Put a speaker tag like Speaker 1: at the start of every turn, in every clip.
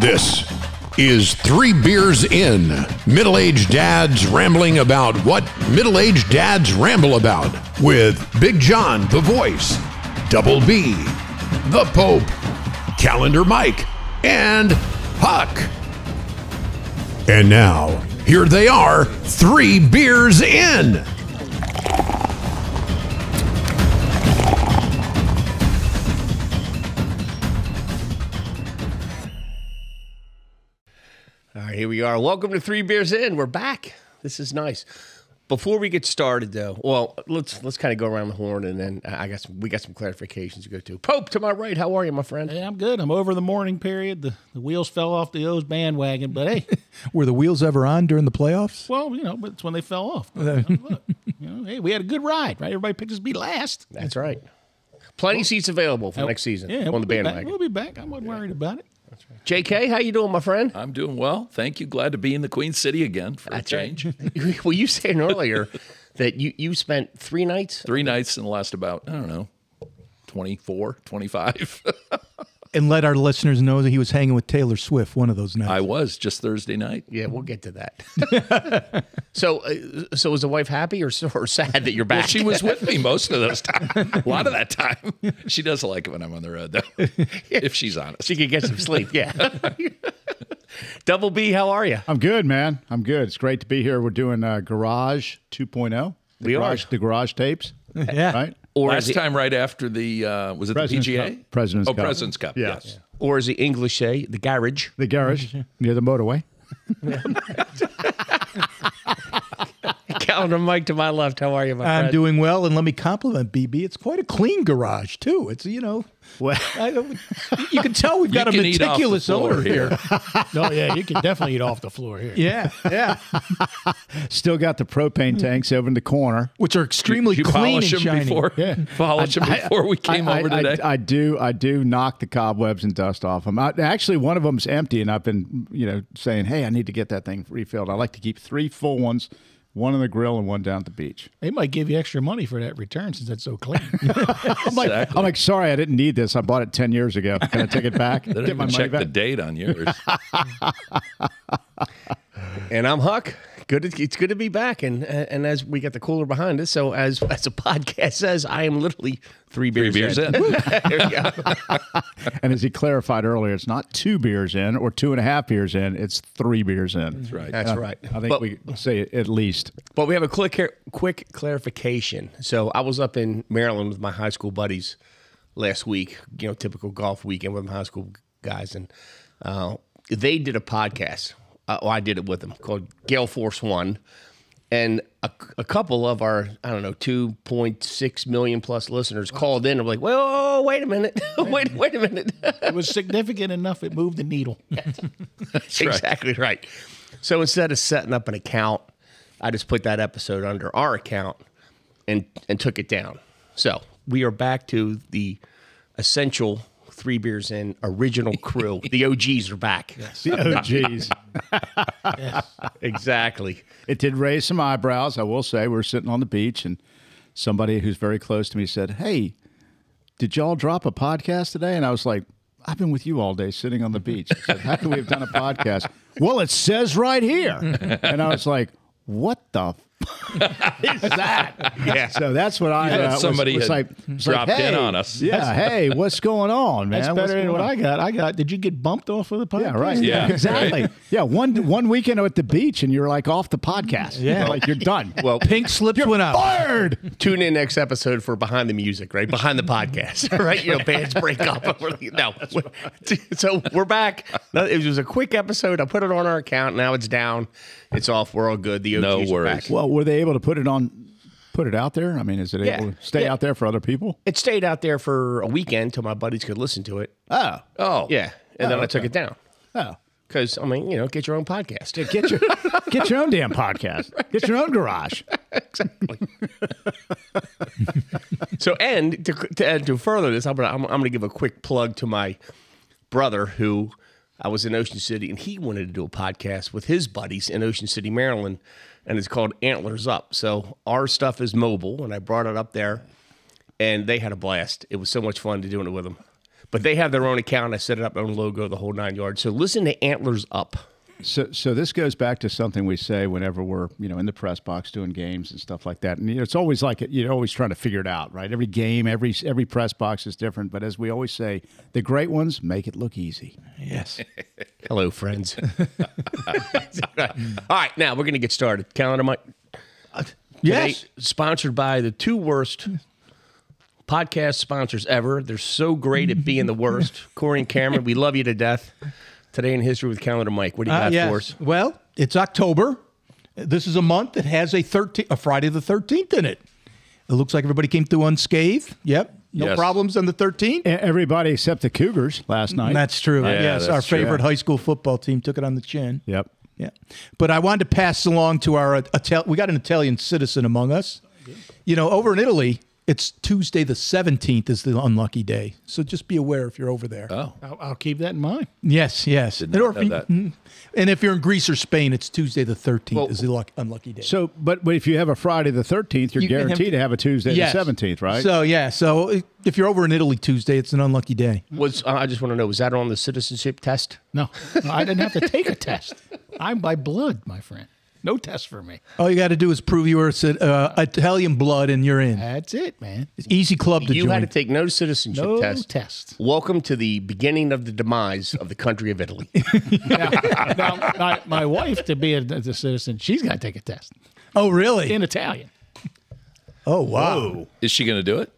Speaker 1: This is Three Beers In Middle Aged Dads Rambling About What Middle Aged Dads Ramble About with Big John, The Voice, Double B, The Pope, Calendar Mike, and Huck. And now, here they are, Three Beers In.
Speaker 2: All right, here we are. Welcome to Three Beers In. We're back. This is nice. Before we get started, though, well, let's let's kind of go around the horn, and then uh, I I got some, we got some clarifications to go to. Pope to my right, how are you, my friend?
Speaker 3: Hey, I'm good. I'm over the morning period. The, the wheels fell off the O's bandwagon, but hey,
Speaker 4: Were the wheels ever on during the playoffs?
Speaker 3: well, you know, but it's when they fell off. Look, you know, hey, we had a good ride, right? Everybody picked us to be last.
Speaker 2: That's right. Plenty of seats available for next season
Speaker 3: Yeah,
Speaker 2: on
Speaker 3: we'll
Speaker 2: the
Speaker 3: be back.
Speaker 2: bandwagon.
Speaker 3: We'll be back. I wasn't worried about it.
Speaker 2: Jk, how you doing, my friend?
Speaker 3: Uh,
Speaker 5: I'm doing well. Thank you. Glad to be in the Queen City again for a change.
Speaker 2: well, you saying earlier that you you spent three nights.
Speaker 5: Three nights in the last about, I don't know, 24, 25.
Speaker 4: And let our listeners know that he was hanging with Taylor Swift one of those nights.
Speaker 5: I was just Thursday night.
Speaker 2: Yeah, we'll get to that. so, uh, so is the wife happy or or sad that you're back?
Speaker 5: Well, she was with me most of those time. A lot of that time. She does like it when I'm on the road, though, if she's honest.
Speaker 2: she could get some sleep. Yeah. Double B, how are you?
Speaker 6: I'm good, man. I'm good. It's great to be here. We're doing uh, Garage 2.0. The
Speaker 2: We are.
Speaker 6: garage, The Garage tapes.
Speaker 4: Yeah.
Speaker 6: Right?
Speaker 2: Or is
Speaker 5: Last
Speaker 2: it-
Speaker 5: time, right after the, uh, was it
Speaker 6: President's
Speaker 5: the PGA?
Speaker 6: Cup. President's
Speaker 5: oh,
Speaker 6: Cup.
Speaker 5: President's Cup.
Speaker 6: Yeah.
Speaker 5: Yes.
Speaker 2: or as the English say, the garage.
Speaker 6: The garage near the motorway.
Speaker 2: Calendar Mike to my left. How are you, my
Speaker 4: I'm
Speaker 2: friend?
Speaker 4: doing well, and let me compliment BB. It's quite a clean garage too. It's you know, I, you can tell we've got a
Speaker 5: can eat off the
Speaker 4: meticulous
Speaker 5: floor
Speaker 4: owner here.
Speaker 3: No, Oh, yeah, you can definitely eat off the floor here.
Speaker 4: yeah, yeah,
Speaker 6: Still got the
Speaker 2: Hmm.
Speaker 6: propane tanks over in the corner.
Speaker 4: which are extremely
Speaker 5: Did you
Speaker 4: clean
Speaker 5: polish
Speaker 4: and
Speaker 5: them
Speaker 4: shiny.
Speaker 5: before?
Speaker 6: Yeah.
Speaker 5: Polish them before we
Speaker 6: I-
Speaker 5: came
Speaker 6: I,
Speaker 5: over
Speaker 6: I-
Speaker 5: today.
Speaker 6: I, do. I do knock the cobwebs and dust off them. I, actually, one of them's empty, and I've been, you know, saying, "Hey, I need to get that thing refilled." I like to keep three full ones, one on the grill and one down at the beach.
Speaker 3: They might give you extra money for that return since it's so clean.
Speaker 6: I'm like, I'm like, sorry, I didn't need this. I bought it ten years ago. Can I take it back?
Speaker 5: I
Speaker 6: get
Speaker 5: didn't
Speaker 6: my
Speaker 5: even
Speaker 6: money
Speaker 5: check the
Speaker 6: back.
Speaker 5: date on yours.
Speaker 2: and I'm Huck. Good. to- It's good to be back. And uh, and as we got the cooler behind us, so as as the podcast says, I am literally three beers,
Speaker 5: beers in.
Speaker 2: There you go.
Speaker 6: And as he clarified earlier, it's not two beers in or two and a half beers in. It's three beers in. That's
Speaker 5: right.
Speaker 2: That's right.
Speaker 6: I think
Speaker 2: But-
Speaker 6: we could say at least.
Speaker 2: But we have a quick quick clarification. So I was up in Maryland with my high school buddies last week. You know, typical golf weekend with my high school guys, and uh, they did a podcast. Uh, well, I did it with them called Gale Force One, and a, a couple of our I don't know two point six million plus listeners called in. and were like, "Whoa, wait a minute! wait, wait a minute!"
Speaker 3: it was significant enough it moved the needle.
Speaker 2: exactly right. So instead of setting up an account, I just put that episode under our account and and took it down. So we are back to the essential three beers in original crew. the OGs are back.
Speaker 6: Oh, geez.
Speaker 2: Exactly.
Speaker 6: it did raise some eyebrows. I will say, we were sitting on the beach, and somebody who's very close to me said, "Hey, did y'all drop a podcast today?" And I was like, "I've been with you all day, sitting on the beach. I said, How could we have done a podcast?" well, it says right here, and I was like, "What the." f- Is that?
Speaker 2: Yeah.
Speaker 6: So that's what I
Speaker 5: thought
Speaker 6: uh, was-
Speaker 5: somebody had
Speaker 6: was like, was
Speaker 5: dropped
Speaker 6: like,
Speaker 5: in
Speaker 6: "Hey,
Speaker 5: on us."
Speaker 6: Yeah, hey, what's going on, man?
Speaker 3: That's
Speaker 6: What's
Speaker 3: better than what
Speaker 6: going on?"
Speaker 3: I got. I got. Did you get bumped off of the podcast?
Speaker 6: Yeah, right.
Speaker 5: Yeah,
Speaker 6: exactly. Yeah, one one weekend at the beach, and you're like off the podcast. Yeah, like you're done.
Speaker 2: Well,
Speaker 4: Pink slips went up.
Speaker 6: Fired.
Speaker 2: tune in next episode for behind the music, right? Behind the podcast, right? You know, bands break up. no, so we're back. No, It was a quick episode. I put it on our account. Now it's down. It's off. We're all good. The OGs
Speaker 5: No
Speaker 2: are
Speaker 5: worries.
Speaker 2: back.
Speaker 6: Well, were they able to put it on, put it out there? I mean, is it
Speaker 2: Yeah.
Speaker 6: able to stay
Speaker 2: Yeah.
Speaker 6: out there for other people?
Speaker 2: It stayed out there for a weekend till my buddies could listen to it.
Speaker 6: Oh,
Speaker 5: Oh,
Speaker 2: Yeah, and then I took it down
Speaker 6: oh.
Speaker 2: because I mean, you know, get your own podcast.
Speaker 6: Get your get your own damn podcast. Get your own garage.
Speaker 4: Uh,
Speaker 2: so, and to to, add to further this, I'm gonna I'm, I'm gonna give a quick plug to my brother who I was in Ocean City and he wanted to do a podcast with his buddies in Ocean City, Maryland, and it's called Antlers Up. So our stuff is mobile, and I brought it up there, and they had a blast. It was so much fun to doing it with them. But they have their own account. I set it up, my own logo, the whole nine yards. So listen to Antlers Up.
Speaker 6: So, so this goes back to something we say whenever we're, you know, in the press box doing games and stuff like that. And you know, it's always like you're always trying to figure it out, right? Every game, every every press box is different. But as we always say, the great ones make it look easy.
Speaker 4: Yes.
Speaker 2: Hello, friends. All right, now we're going to get started. Calendar Mike.
Speaker 4: yes.
Speaker 2: Uh, Today, sponsored by the two worst podcast sponsors ever. They're so great at being the worst. Corey and Cameron, we love you to death. Today in history with Calendar Mike. What do you
Speaker 4: Uh,
Speaker 2: got
Speaker 4: yes.
Speaker 2: for us?
Speaker 4: Well, it's October. This is a month that has a 13, a Friday the 13th in it. It looks like everybody came through unscathed. Yep. No
Speaker 1: Yes.
Speaker 4: problems on the 13th.
Speaker 6: E- Everybody except the Cougars last night.
Speaker 4: That's true.
Speaker 1: Yeah,
Speaker 4: yes,
Speaker 1: that's
Speaker 4: our
Speaker 1: true.
Speaker 4: favorite high school football team took it on the chin.
Speaker 6: Yep.
Speaker 4: Yeah. But I wanted to pass along to our uh, Ital- we got an Italian citizen among us. You know, over in Italy, it's Tuesday the 17th is the unlucky day. So just be aware if you're over there.
Speaker 3: I'll, I'll keep that in mind.
Speaker 4: yes, yes. And, or
Speaker 1: know
Speaker 4: if you-
Speaker 1: that.
Speaker 4: mm. and if you're in Greece or Spain, it's Tuesday the 13th is the luck- unlucky day.
Speaker 6: So, but if you have a Friday the thirteenth, you're
Speaker 4: You can have-
Speaker 6: guaranteed to have a Tuesday
Speaker 4: Yes.
Speaker 6: the seventeenth, right?
Speaker 4: So yeah, so if you're over in Italy Tuesday, it's an unlucky day.
Speaker 2: Was uh, I just want to know, was that on the citizenship test?
Speaker 3: No, no, I didn't have to take a test. I'm by blood, my friend. No test for me.
Speaker 4: All you got to do is prove you are cit- uh, Italian blood and you're in.
Speaker 3: That's it, man.
Speaker 4: It's easy club to
Speaker 2: you
Speaker 4: join.
Speaker 2: had to take no citizenship
Speaker 3: No
Speaker 2: test.
Speaker 3: test.
Speaker 2: Welcome to the beginning of the demise of the country of Italy.
Speaker 3: Now, now, my, my wife, to be a, a citizen, she's got to take a test
Speaker 4: oh really?
Speaker 3: in Italian.
Speaker 4: oh wow.
Speaker 1: Is she going to do it?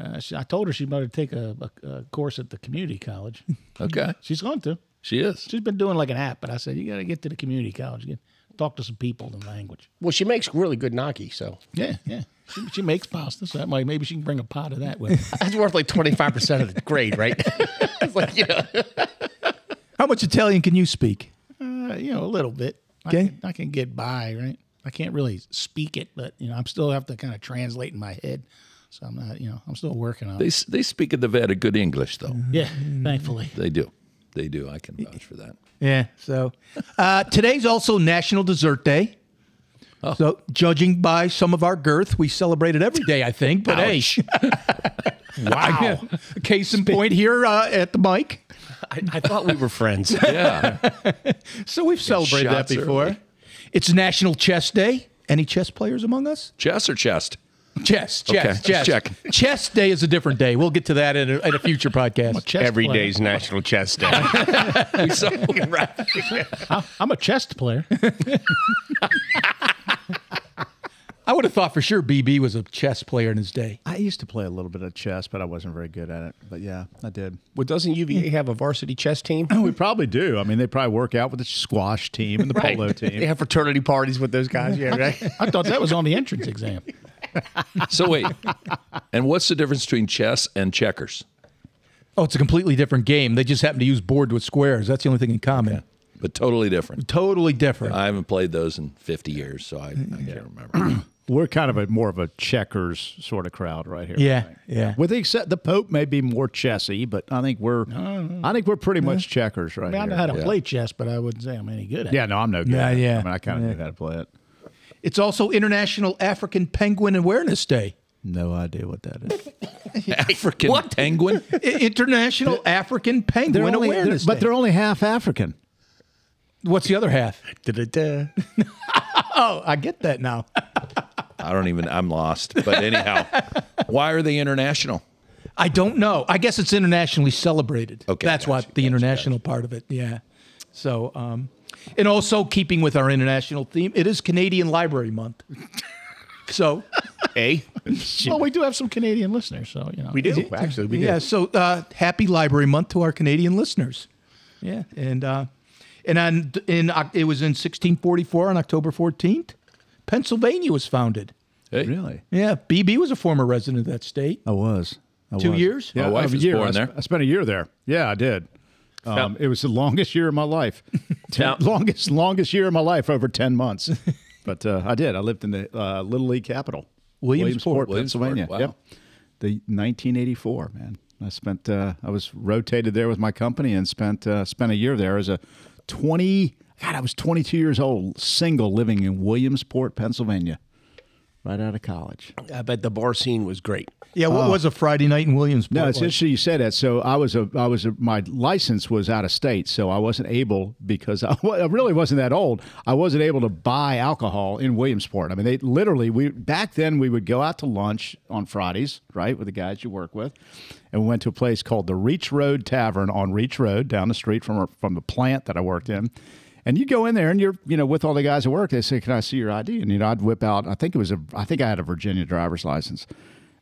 Speaker 3: Uh, she, I told her she better take a, a, a course at the community college.
Speaker 1: Okay.
Speaker 3: She's going to.
Speaker 1: She is.
Speaker 3: She's been doing like an app, but I said you got to get to the community college, get, talk to some people in the language.
Speaker 2: well, she makes really good gnocchi, so
Speaker 3: Yeah, yeah. She, she makes pasta, so that might maybe she can bring a pot of that with. her.
Speaker 2: that's worth like twenty five percent of the grade, right? it's like, you know,
Speaker 4: How much Italian can you speak?
Speaker 3: Uh, you know, a little bit. I
Speaker 4: Okay.
Speaker 3: can, I can get by, right? I can't really speak it, but you know, I'm still have to kind of translate in my head. So I'm not, you know, I'm still working on
Speaker 1: They
Speaker 3: it.
Speaker 1: s- they speak at the vet a good English though.
Speaker 3: Yeah, thankfully.
Speaker 1: They do. They do. I can vouch for that.
Speaker 4: Yeah. So uh, today's also National Dessert Day. So judging by some of our girth, we celebrate it every day, I think. But hey, wow! Case in point here uh, at the mic.
Speaker 2: I, I thought we were friends.
Speaker 1: Yeah.
Speaker 4: So we've celebrated that
Speaker 1: shots
Speaker 4: before.
Speaker 1: early.
Speaker 4: It's National Chess Day. Any chess players among us?
Speaker 1: Chest or chest?
Speaker 4: Chess,
Speaker 1: Okay,
Speaker 4: chess, chess.
Speaker 1: check.
Speaker 4: Chess Day is a different day. We'll get to that in a, in a future podcast.
Speaker 3: Chess
Speaker 2: Every
Speaker 3: player.
Speaker 2: day's National Chess Day.
Speaker 1: So,
Speaker 3: I- I'm a chess player.
Speaker 4: I would have thought for sure BB was a chess player in his day.
Speaker 6: I used to play a little bit of chess, but I wasn't very good at it. But yeah, I did.
Speaker 2: well, doesn't UVA have a varsity chess team?
Speaker 6: We probably do. I mean, they probably work out with the squash team and the polo team.
Speaker 2: They have fraternity parties with those guys. Yeah, right.
Speaker 3: I thought that was on the entrance exam.
Speaker 1: so wait. And what's the difference between chess and checkers?
Speaker 4: Oh, it's a completely different game. They just happen to use board with squares. That's the only thing in common.
Speaker 1: But totally different.
Speaker 4: Totally different.
Speaker 5: Uh,
Speaker 1: I haven't played those in 50 years, so I, I can't remember.
Speaker 6: We're kind of a more of a checkers sort of crowd right here. I
Speaker 4: yeah,
Speaker 6: think.
Speaker 4: yeah.
Speaker 6: With the except the Pope may be more chessy, but I think we're I think we're pretty much checkers right
Speaker 3: I mean, I know how
Speaker 6: here.
Speaker 3: to play chess, but I wouldn't say I'm any good at it.
Speaker 6: yeah, no, I'm no good.
Speaker 4: Yeah,
Speaker 6: at it.
Speaker 4: yeah.
Speaker 6: I mean, I kind of knew how to play it.
Speaker 4: It's also International African Penguin Awareness Day.
Speaker 6: No idea what that is.
Speaker 1: African penguin?
Speaker 4: I- International African Penguin Awareness
Speaker 6: but
Speaker 4: Day.
Speaker 6: they're only half African.
Speaker 4: What's the other half? oh, I get that now.
Speaker 1: I don't even, I'm lost. But anyhow, why are they international?
Speaker 4: I don't know. I guess it's internationally celebrated.
Speaker 1: Okay,
Speaker 4: that's why
Speaker 1: gotcha,
Speaker 4: the international part of it. Yeah. So, um, and also keeping with our international theme, it is Canadian Library Month. So,
Speaker 2: A.
Speaker 3: Well, we do have some Canadian listeners, so you know.
Speaker 2: We do actually. We do.
Speaker 4: yeah. So, uh, happy Library Month to our Canadian listeners. Yeah, and uh, and on in Oc- it was in 1644 on October 14th, Pennsylvania was founded.
Speaker 1: Hey,
Speaker 6: Really?
Speaker 4: Yeah, BB was a former resident of that state.
Speaker 6: I was. I
Speaker 4: Two
Speaker 6: was.
Speaker 4: years?
Speaker 6: Yeah,
Speaker 1: My wife
Speaker 6: a
Speaker 1: was
Speaker 6: year.
Speaker 1: born
Speaker 6: I sp-
Speaker 1: there.
Speaker 6: I spent a year there. Yeah, I did. Um, It was the longest year of my life. Ten, longest, longest year of my life over ten months. but uh, I did. I lived in the uh, Little League capital,
Speaker 4: Williamsport.
Speaker 6: Pennsylvania.
Speaker 1: Williamsport, wow.
Speaker 6: Yep. The 1984 man. I spent. Uh, I was rotated there with my company and spent uh, spent a year there as a 20. God, I was 22 years old, single, living in Williamsport, Pennsylvania. right out of college.
Speaker 2: I bet the bar scene was great.
Speaker 4: Yeah, what was a Friday night in Williamsport?
Speaker 6: Ah. No, it's
Speaker 4: like?
Speaker 6: interesting you said that. So I was a, I was a, my license was out of state, so I wasn't able because I, wa- I really wasn't that old. I wasn't able to buy alcohol in Williamsport. I mean, they literally we back then we would go out to lunch on Fridays, right, with the guys you work with, and we went to a place called the Reach Road Tavern on Reach Road down the street from our, from the plant that I worked in. And you go in there and you're, you know, with all the guys at work, they say, Can I see your ID? And, you know, I'd whip out, I think it was a, I think I had a Virginia driver's license.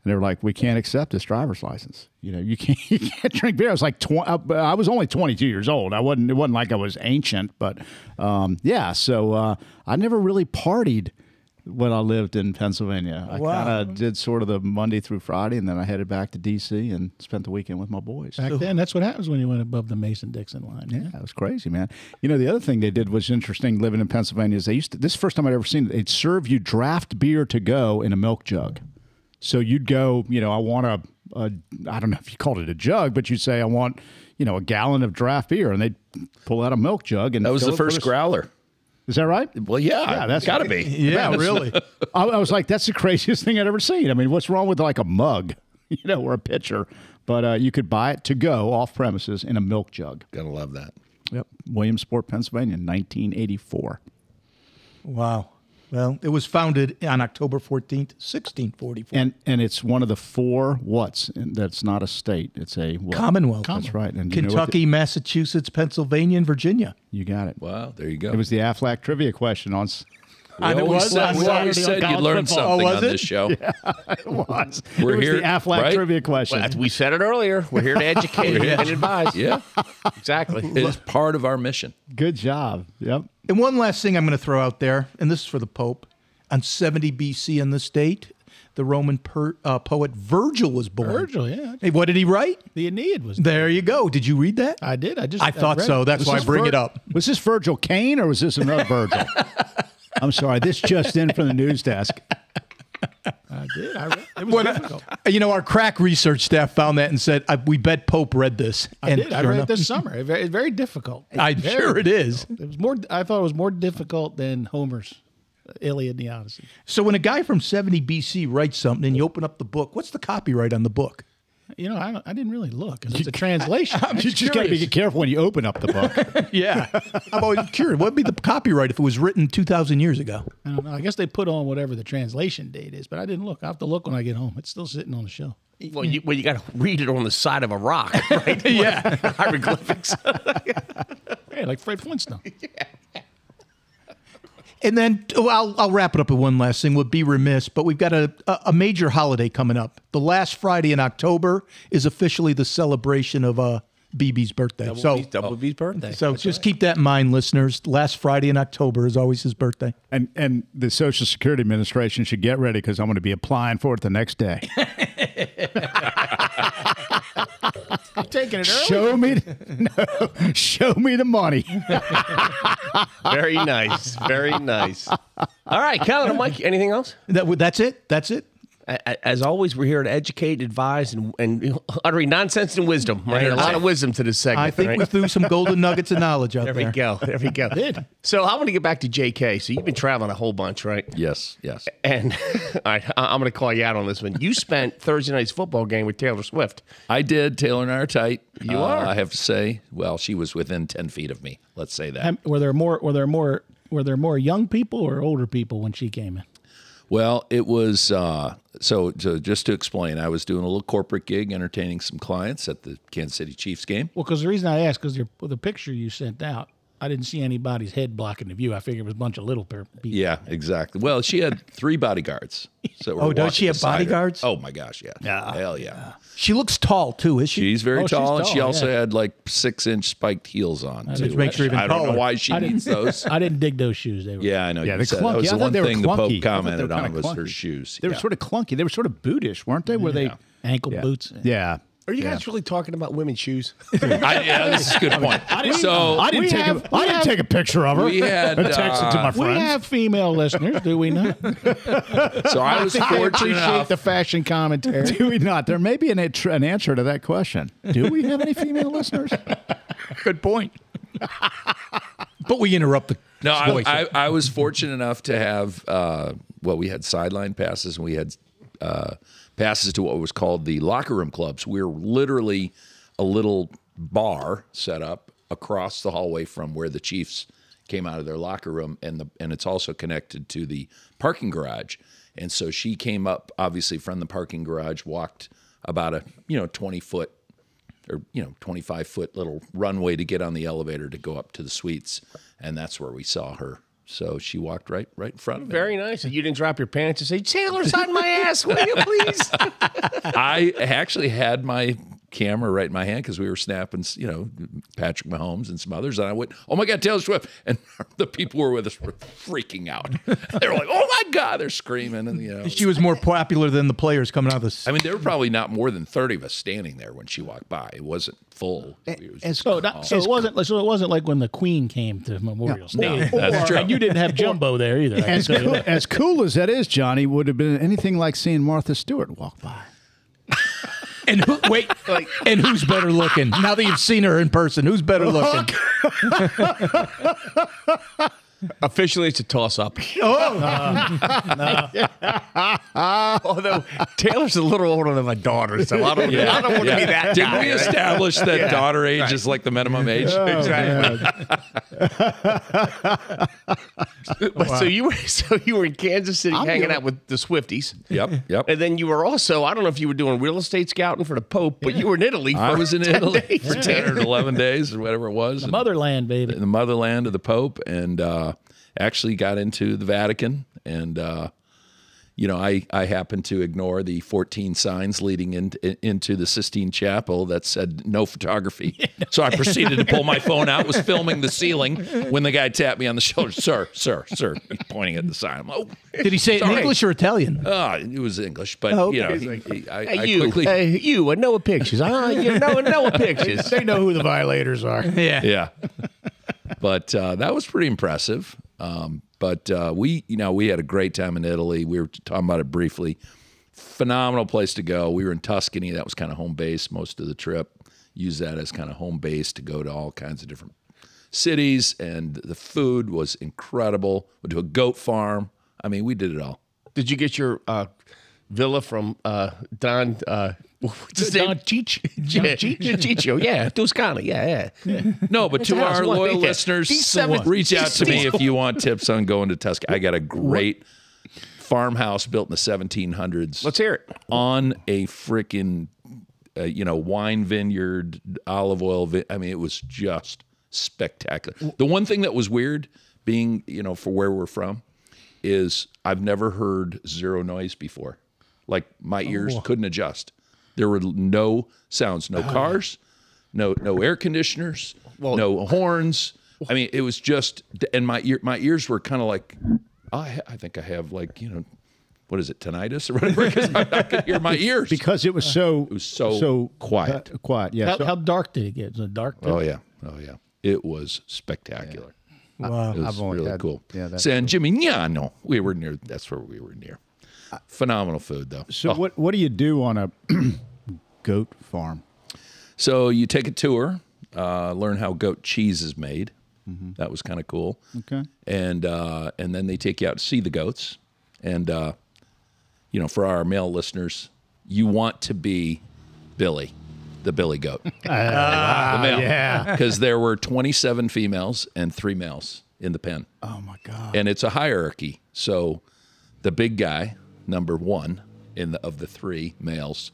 Speaker 6: And they were like, we can't accept this driver's license. You know, you can't, you can't drink beer. I was like, tw- uh, I was only 22 years old. I wasn't, it wasn't like I was ancient, but um, yeah. So uh, I never really partied when I lived in Pennsylvania. I kind of did sort of the Monday through Friday, and then I headed back to DC and spent the weekend with my boys.
Speaker 3: Back then, that's what happens when you went above the Mason Dixon line. Yeah.
Speaker 6: That was crazy, man. You know, the other thing they did was interesting living in Pennsylvania is they used to, this is the first time I'd ever seen it, they'd serve you draft beer to go in a milk jug. So you'd go, you know, I want a, a I don't know if you called it a jug, but you'd say, I want, you know, a gallon of draft beer. And they'd pull out a milk jug. And
Speaker 1: That was
Speaker 6: fill
Speaker 1: the
Speaker 6: it for
Speaker 1: first
Speaker 6: us.
Speaker 1: growler.
Speaker 6: Is that right?
Speaker 1: Well, yeah,
Speaker 6: Yeah, that's-
Speaker 1: that's got to be.
Speaker 4: yeah, really.
Speaker 6: I, I was like, that's the craziest thing I'd ever seen. I mean, what's wrong with like a mug, you know, or a pitcher? But uh, you could buy it to go off premises in a milk jug.
Speaker 1: Gotta love that.
Speaker 6: Yep. Williamsport, Pennsylvania, 1984.
Speaker 4: Wow. Well, it was founded on October 14th, 1644.
Speaker 6: And and it's one of the four what's and that's not a state. It's a what?
Speaker 4: Commonwealth.
Speaker 6: That's right. And you know what
Speaker 4: Kentucky, Massachusetts, Pennsylvania, and Virginia.
Speaker 6: the- you got it.
Speaker 1: Wow, there you go.
Speaker 6: It was the Aflac trivia question on. s-
Speaker 1: we
Speaker 4: it
Speaker 1: always
Speaker 4: was
Speaker 1: said,
Speaker 4: last
Speaker 1: we always
Speaker 4: Saturday on
Speaker 1: said you
Speaker 4: college
Speaker 1: learned
Speaker 4: football. Oh,
Speaker 1: something
Speaker 4: was
Speaker 1: on
Speaker 4: it?
Speaker 1: this show.
Speaker 6: It was.
Speaker 1: We're
Speaker 6: it was
Speaker 1: here,
Speaker 6: the Aflac
Speaker 1: right?
Speaker 6: trivia question.
Speaker 2: Well, we said it earlier. We're here to educate and advise.
Speaker 1: Yeah,
Speaker 2: Exactly.
Speaker 1: it is part of our mission.
Speaker 6: Good job. Yep.
Speaker 4: And one last thing I'm going to throw out there, and this is for the Pope. On 70 BC, on this date, the Roman per, uh, poet Virgil was born.
Speaker 3: Virgil, yeah.
Speaker 4: Hey, what did he write?
Speaker 3: The Aeneid was.
Speaker 4: There you go. Did you read that?
Speaker 3: I did. I just.
Speaker 4: I thought
Speaker 3: read
Speaker 4: so.
Speaker 3: it.
Speaker 4: That's
Speaker 6: Was
Speaker 4: why I
Speaker 6: this
Speaker 4: bring
Speaker 6: Vir-
Speaker 4: it up.
Speaker 6: Was this Virgil Kane or was this another Virgil? I'm sorry. This just in from the news desk.
Speaker 3: I did. I read. It was
Speaker 4: When
Speaker 3: difficult.
Speaker 4: I- you know, our crack research staff found that and said, I, "We bet Pope read this."
Speaker 3: I
Speaker 4: and
Speaker 3: did. I
Speaker 4: sure
Speaker 3: read
Speaker 4: enough-
Speaker 3: it this summer. It, it's very difficult.
Speaker 4: I'm
Speaker 3: Very
Speaker 4: sure it is.
Speaker 3: It was more. I thought it was more difficult than Homer's Iliad and the Odyssey.
Speaker 4: So when a guy from 70 BC writes something and you open up the book, what's the copyright on the book?
Speaker 3: You know, I, don't, I didn't really look 'cause it's a translation.
Speaker 6: You just got to be careful when you open up the book.
Speaker 4: Yeah. I'm always curious. What would be the copyright if it was written 2,000 years ago?
Speaker 3: I don't know. I guess they put on whatever the translation date is, but I didn't look. I will have to look when I get home. It's still sitting on the shelf.
Speaker 2: Well, you, well, you got to read it on the side of a rock, right? yeah. Hieroglyphics.
Speaker 3: Hey, like Fred Flintstone.
Speaker 4: And then oh, I'll, I'll wrap it up with one last thing. Would be remiss, but we've got a, a a major holiday coming up. The last Friday in October is officially the celebration of uh, BB's birthday. so
Speaker 2: Double B's birthday.
Speaker 4: so just keep that in mind, listeners. Last Friday in October is always his birthday.
Speaker 6: And and the Social Security Administration should get ready because I'm going to be applying for it the next day.
Speaker 3: I'm taking it early.
Speaker 6: Show me, no, show me the money.
Speaker 2: Very nice. Very nice. All right, Kellen and Mike, anything else?
Speaker 4: That would- that's it. That's it.
Speaker 2: A- a- As always, we're here to educate, advise, and, and uttering nonsense and wisdom. Right, a lot of wisdom to this segment.
Speaker 4: I think
Speaker 2: right?
Speaker 4: we threw some golden nuggets of knowledge out
Speaker 2: there
Speaker 4: there.
Speaker 2: we go. There we go. so I want to get back to J.K. So you've been traveling a whole bunch, right?
Speaker 1: Yes, yes.
Speaker 2: And all right, I- I'm going to call you out on this one. You spent Thursday night's football game with Taylor Swift.
Speaker 1: I did. Taylor and I are tight. You
Speaker 2: are.
Speaker 1: I have to say. Well, she was within ten feet of me. Let's say that.
Speaker 3: Um, Were there more? Were there more? Were there more young people or older people when she came in?
Speaker 1: Well, it was uh, so, so. Just to explain, I was doing a little corporate gig, entertaining some clients at the Kansas City Chiefs game.
Speaker 3: Well, because the reason I asked because the picture you sent out, I didn't see anybody's head blocking the view. I figured it was a bunch of little per- people.
Speaker 1: Yeah, exactly. Well, she had three bodyguards. So
Speaker 4: Oh, does she have bodyguards?
Speaker 1: Oh my gosh, yeah. Hell yeah.
Speaker 4: She looks tall too, is she?
Speaker 1: She's very
Speaker 6: Oh,
Speaker 3: she's
Speaker 1: tall, and she
Speaker 3: tall,
Speaker 1: also
Speaker 3: yeah.
Speaker 1: had like six inch spiked heels on. Which
Speaker 4: makes her even
Speaker 1: I don't know
Speaker 4: taller.
Speaker 1: why she needs those.
Speaker 3: I didn't dig those shoes. They were.
Speaker 1: Yeah, I know.
Speaker 6: Yeah,
Speaker 1: you
Speaker 6: they're
Speaker 1: said
Speaker 6: clunky.
Speaker 1: That was
Speaker 6: I
Speaker 1: the
Speaker 6: thought
Speaker 1: one
Speaker 6: they were
Speaker 1: thing
Speaker 6: clunky.
Speaker 1: the
Speaker 6: I
Speaker 1: Pope
Speaker 6: thought they were
Speaker 1: commented
Speaker 6: kinda
Speaker 1: on was her
Speaker 6: clunky.
Speaker 1: shoes.
Speaker 6: They were
Speaker 1: Yeah.
Speaker 6: sort of clunky. They were sort of bootish, weren't they? Were they?
Speaker 3: Ankle boots.
Speaker 6: Yeah.
Speaker 2: Are you guys really talking about women's shoes?
Speaker 1: I, yeah, this is a good point. so
Speaker 6: I didn't
Speaker 3: We
Speaker 6: take
Speaker 3: have-
Speaker 6: a, I
Speaker 3: we
Speaker 6: didn't
Speaker 3: have-
Speaker 6: take a picture of her.
Speaker 1: we had,
Speaker 6: I texted to my
Speaker 1: uh,
Speaker 3: We
Speaker 6: friends.
Speaker 3: have female listeners, do we not?
Speaker 1: so I was
Speaker 3: I
Speaker 1: fortunate
Speaker 3: appreciate
Speaker 1: enough.
Speaker 3: the fashion commentary.
Speaker 6: do we not? There may be an, at- an answer to that question. Do we have any female listeners?
Speaker 4: good point. but we interrupt the
Speaker 1: No, I,
Speaker 4: voice.
Speaker 1: I, I was fortunate enough to have uh, well, we had sideline passes and we had uh, passes to what was called the locker room clubs. We were literally a little bar set up across the hallway from where the Chiefs came out of their locker room, and the and it's also connected to the parking garage. And so she came up obviously from the parking garage, walked about a you know twenty foot or you know 25 foot little runway to get on the elevator to go up to the suites and that's where we saw her so she walked right right in front of me
Speaker 2: Very nice. You didn't drop your pants and say, Chandler's on my ass, will you please?
Speaker 1: i actually had my camera right in my hand because we were snapping you know patrick mahomes and some others and i went oh my god taylor swift and the people who were with us were freaking out they were like oh my god they're screaming and you know
Speaker 4: She was more popular than the players coming out of the.
Speaker 1: i mean there were probably not more than 30 of us standing there when she walked by it wasn't full It was-
Speaker 3: So, not, so it wasn't. like- So it wasn't like when the Queen came to Memorial Stadium.
Speaker 1: that's true.
Speaker 3: And you didn't have Jumbo there either. I can
Speaker 6: As
Speaker 3: tell you
Speaker 6: cool,
Speaker 3: that.
Speaker 6: as cool as that is, Johnny, would have been anything like seeing Martha Stewart walk by.
Speaker 4: And who, wait, and who's better looking? Now that you've seen her in person, who's better looking?
Speaker 2: Officially, it's a toss up. Oh, although Taylor's a little older than my daughter, so I don't, I don't want to be that
Speaker 1: Didn't
Speaker 2: guy,
Speaker 1: we
Speaker 2: right?
Speaker 1: establish that daughter age is like the minimum age?
Speaker 2: Exactly. but so you were so you were in Kansas City hanging out with the Swifties,
Speaker 1: Yep, yep.
Speaker 2: and then you were also I don't know if you were doing real estate scouting for the Pope, but you were in Italy.
Speaker 1: I
Speaker 2: for
Speaker 1: was in
Speaker 2: 10
Speaker 1: Italy
Speaker 2: days.
Speaker 1: for 10 or 11 days or whatever it was. and-
Speaker 3: Motherland, baby.
Speaker 1: in the motherland of the Pope and uh, actually got into the Vatican. And, uh, you know, I, I happened to ignore the 14 signs leading in, in- into the Sistine Chapel that said no photography. So I proceeded to pull my phone out, was filming the ceiling when the guy tapped me on the shoulder. Sir, sir, sir, He's pointing at the sign. I'm like, oh,
Speaker 4: Did he say it in
Speaker 1: Sorry.
Speaker 4: English or Italian?
Speaker 1: Ah, it was English, but
Speaker 4: Oh, okay.
Speaker 1: you know, he- he- I,
Speaker 2: Hey,
Speaker 1: I
Speaker 2: you,
Speaker 1: quickly,
Speaker 2: hey, you, and Noah Pictures. Ah, you, Noah, Noah Pictures.
Speaker 3: They know who the violators are.
Speaker 4: Yeah.
Speaker 1: yeah. but uh, that was pretty impressive. Um, but uh, we, you know, we had a great time in Italy. We were talking about it briefly. Phenomenal place to go. We were in Tuscany. That was kind of home base most of the trip. Use that as kind of home base to go to all kinds of different cities, and the food was incredible. Went to a goat farm. I mean, we did it all.
Speaker 2: Did you get your uh, villa from uh, Don? Uh, what's his name?
Speaker 3: Don Cheech. Don
Speaker 2: Yeah,
Speaker 3: Cheech.
Speaker 2: Chicho, yeah, Toscana, yeah, yeah.
Speaker 1: No, but to
Speaker 2: a house.
Speaker 1: our
Speaker 2: What?
Speaker 1: loyal
Speaker 2: Yeah.
Speaker 1: listeners,
Speaker 2: These seven-
Speaker 1: reach out
Speaker 2: these-
Speaker 1: to me if you want tips on going to Tuscany. I got a great farmhouse built in the 1700s.
Speaker 2: Let's hear it.
Speaker 1: on a freaking, uh, you know, wine vineyard, olive oil. Vi- I mean, it was just spectacular. The one thing that was weird, being you know, for where we're from, is I've never heard zero noise before. Like my ears couldn't adjust. There were no sounds, no cars, no no air conditioners, no horns. I mean, it was just, and my ear, my ears were kind of like, I, ha- I think I have like you know, what is it, tinnitus or whatever? Because I could hear my ears.
Speaker 6: Because it was so it
Speaker 1: was so quiet.
Speaker 6: quiet, yeah.
Speaker 3: How,
Speaker 6: so
Speaker 3: how dark did it get? Is it dark?
Speaker 1: oh yeah, oh yeah, it was spectacular.
Speaker 4: Wow.
Speaker 1: It was
Speaker 6: only
Speaker 1: really
Speaker 6: had-
Speaker 1: cool.
Speaker 6: yeah, that's
Speaker 1: San Gimignano. We were near. That's where we were near. Phenomenal food though.
Speaker 6: so
Speaker 1: Oh.
Speaker 6: what what do you do on a goat farm?
Speaker 1: So you take a tour, uh, learn how goat cheese is made. That was kind of cool.
Speaker 6: Mm-hmm. Okay.
Speaker 1: And uh, and then they take you out to see the goats. And uh, you know, for our male listeners, you want to be Billy, the Billy goat, the male,
Speaker 6: yeah.
Speaker 1: because there were 27 females and three males in the pen
Speaker 6: Oh my god.
Speaker 1: and it's a hierarchy. So the big guy, number one in the, of the three males,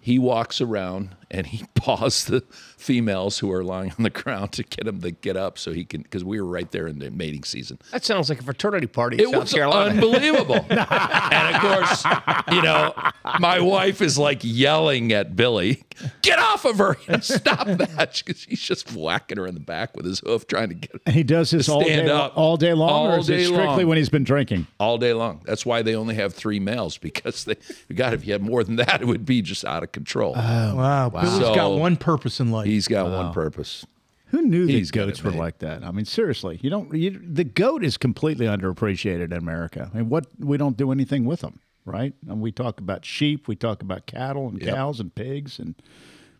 Speaker 1: he walks around and he paws the females who are lying on the ground to get them to get up so he can because we were right there in the mating season.
Speaker 2: That sounds like a fraternity party. in
Speaker 1: It
Speaker 2: South
Speaker 1: was
Speaker 2: Carolina.
Speaker 1: unbelievable. and of course, you know, my wife is like yelling at Billy, get off of her. You know, stop that. Because he's just whacking her in the back with his hoof trying to get her.
Speaker 6: And he does this all
Speaker 1: Stand
Speaker 6: day lo-
Speaker 1: up.
Speaker 6: all day long or
Speaker 1: All
Speaker 6: is
Speaker 1: day
Speaker 6: it strictly
Speaker 1: long.
Speaker 6: when he's been drinking?
Speaker 1: all day long. That's why they only have three males because they, God, if you had more than that, it would be just out of control.
Speaker 2: Uh,
Speaker 4: Wow. Billy's
Speaker 1: So-
Speaker 4: got one purpose in life.
Speaker 1: He's got one purpose.
Speaker 6: Who knew these
Speaker 1: He's got
Speaker 6: goats
Speaker 1: it
Speaker 6: were
Speaker 1: made.
Speaker 6: like that? I mean, seriously, you don't. You, the goat is completely underappreciated in America. I mean, what we don't do anything with them, right? And we talk about sheep, we talk about cattle and cows and pigs, and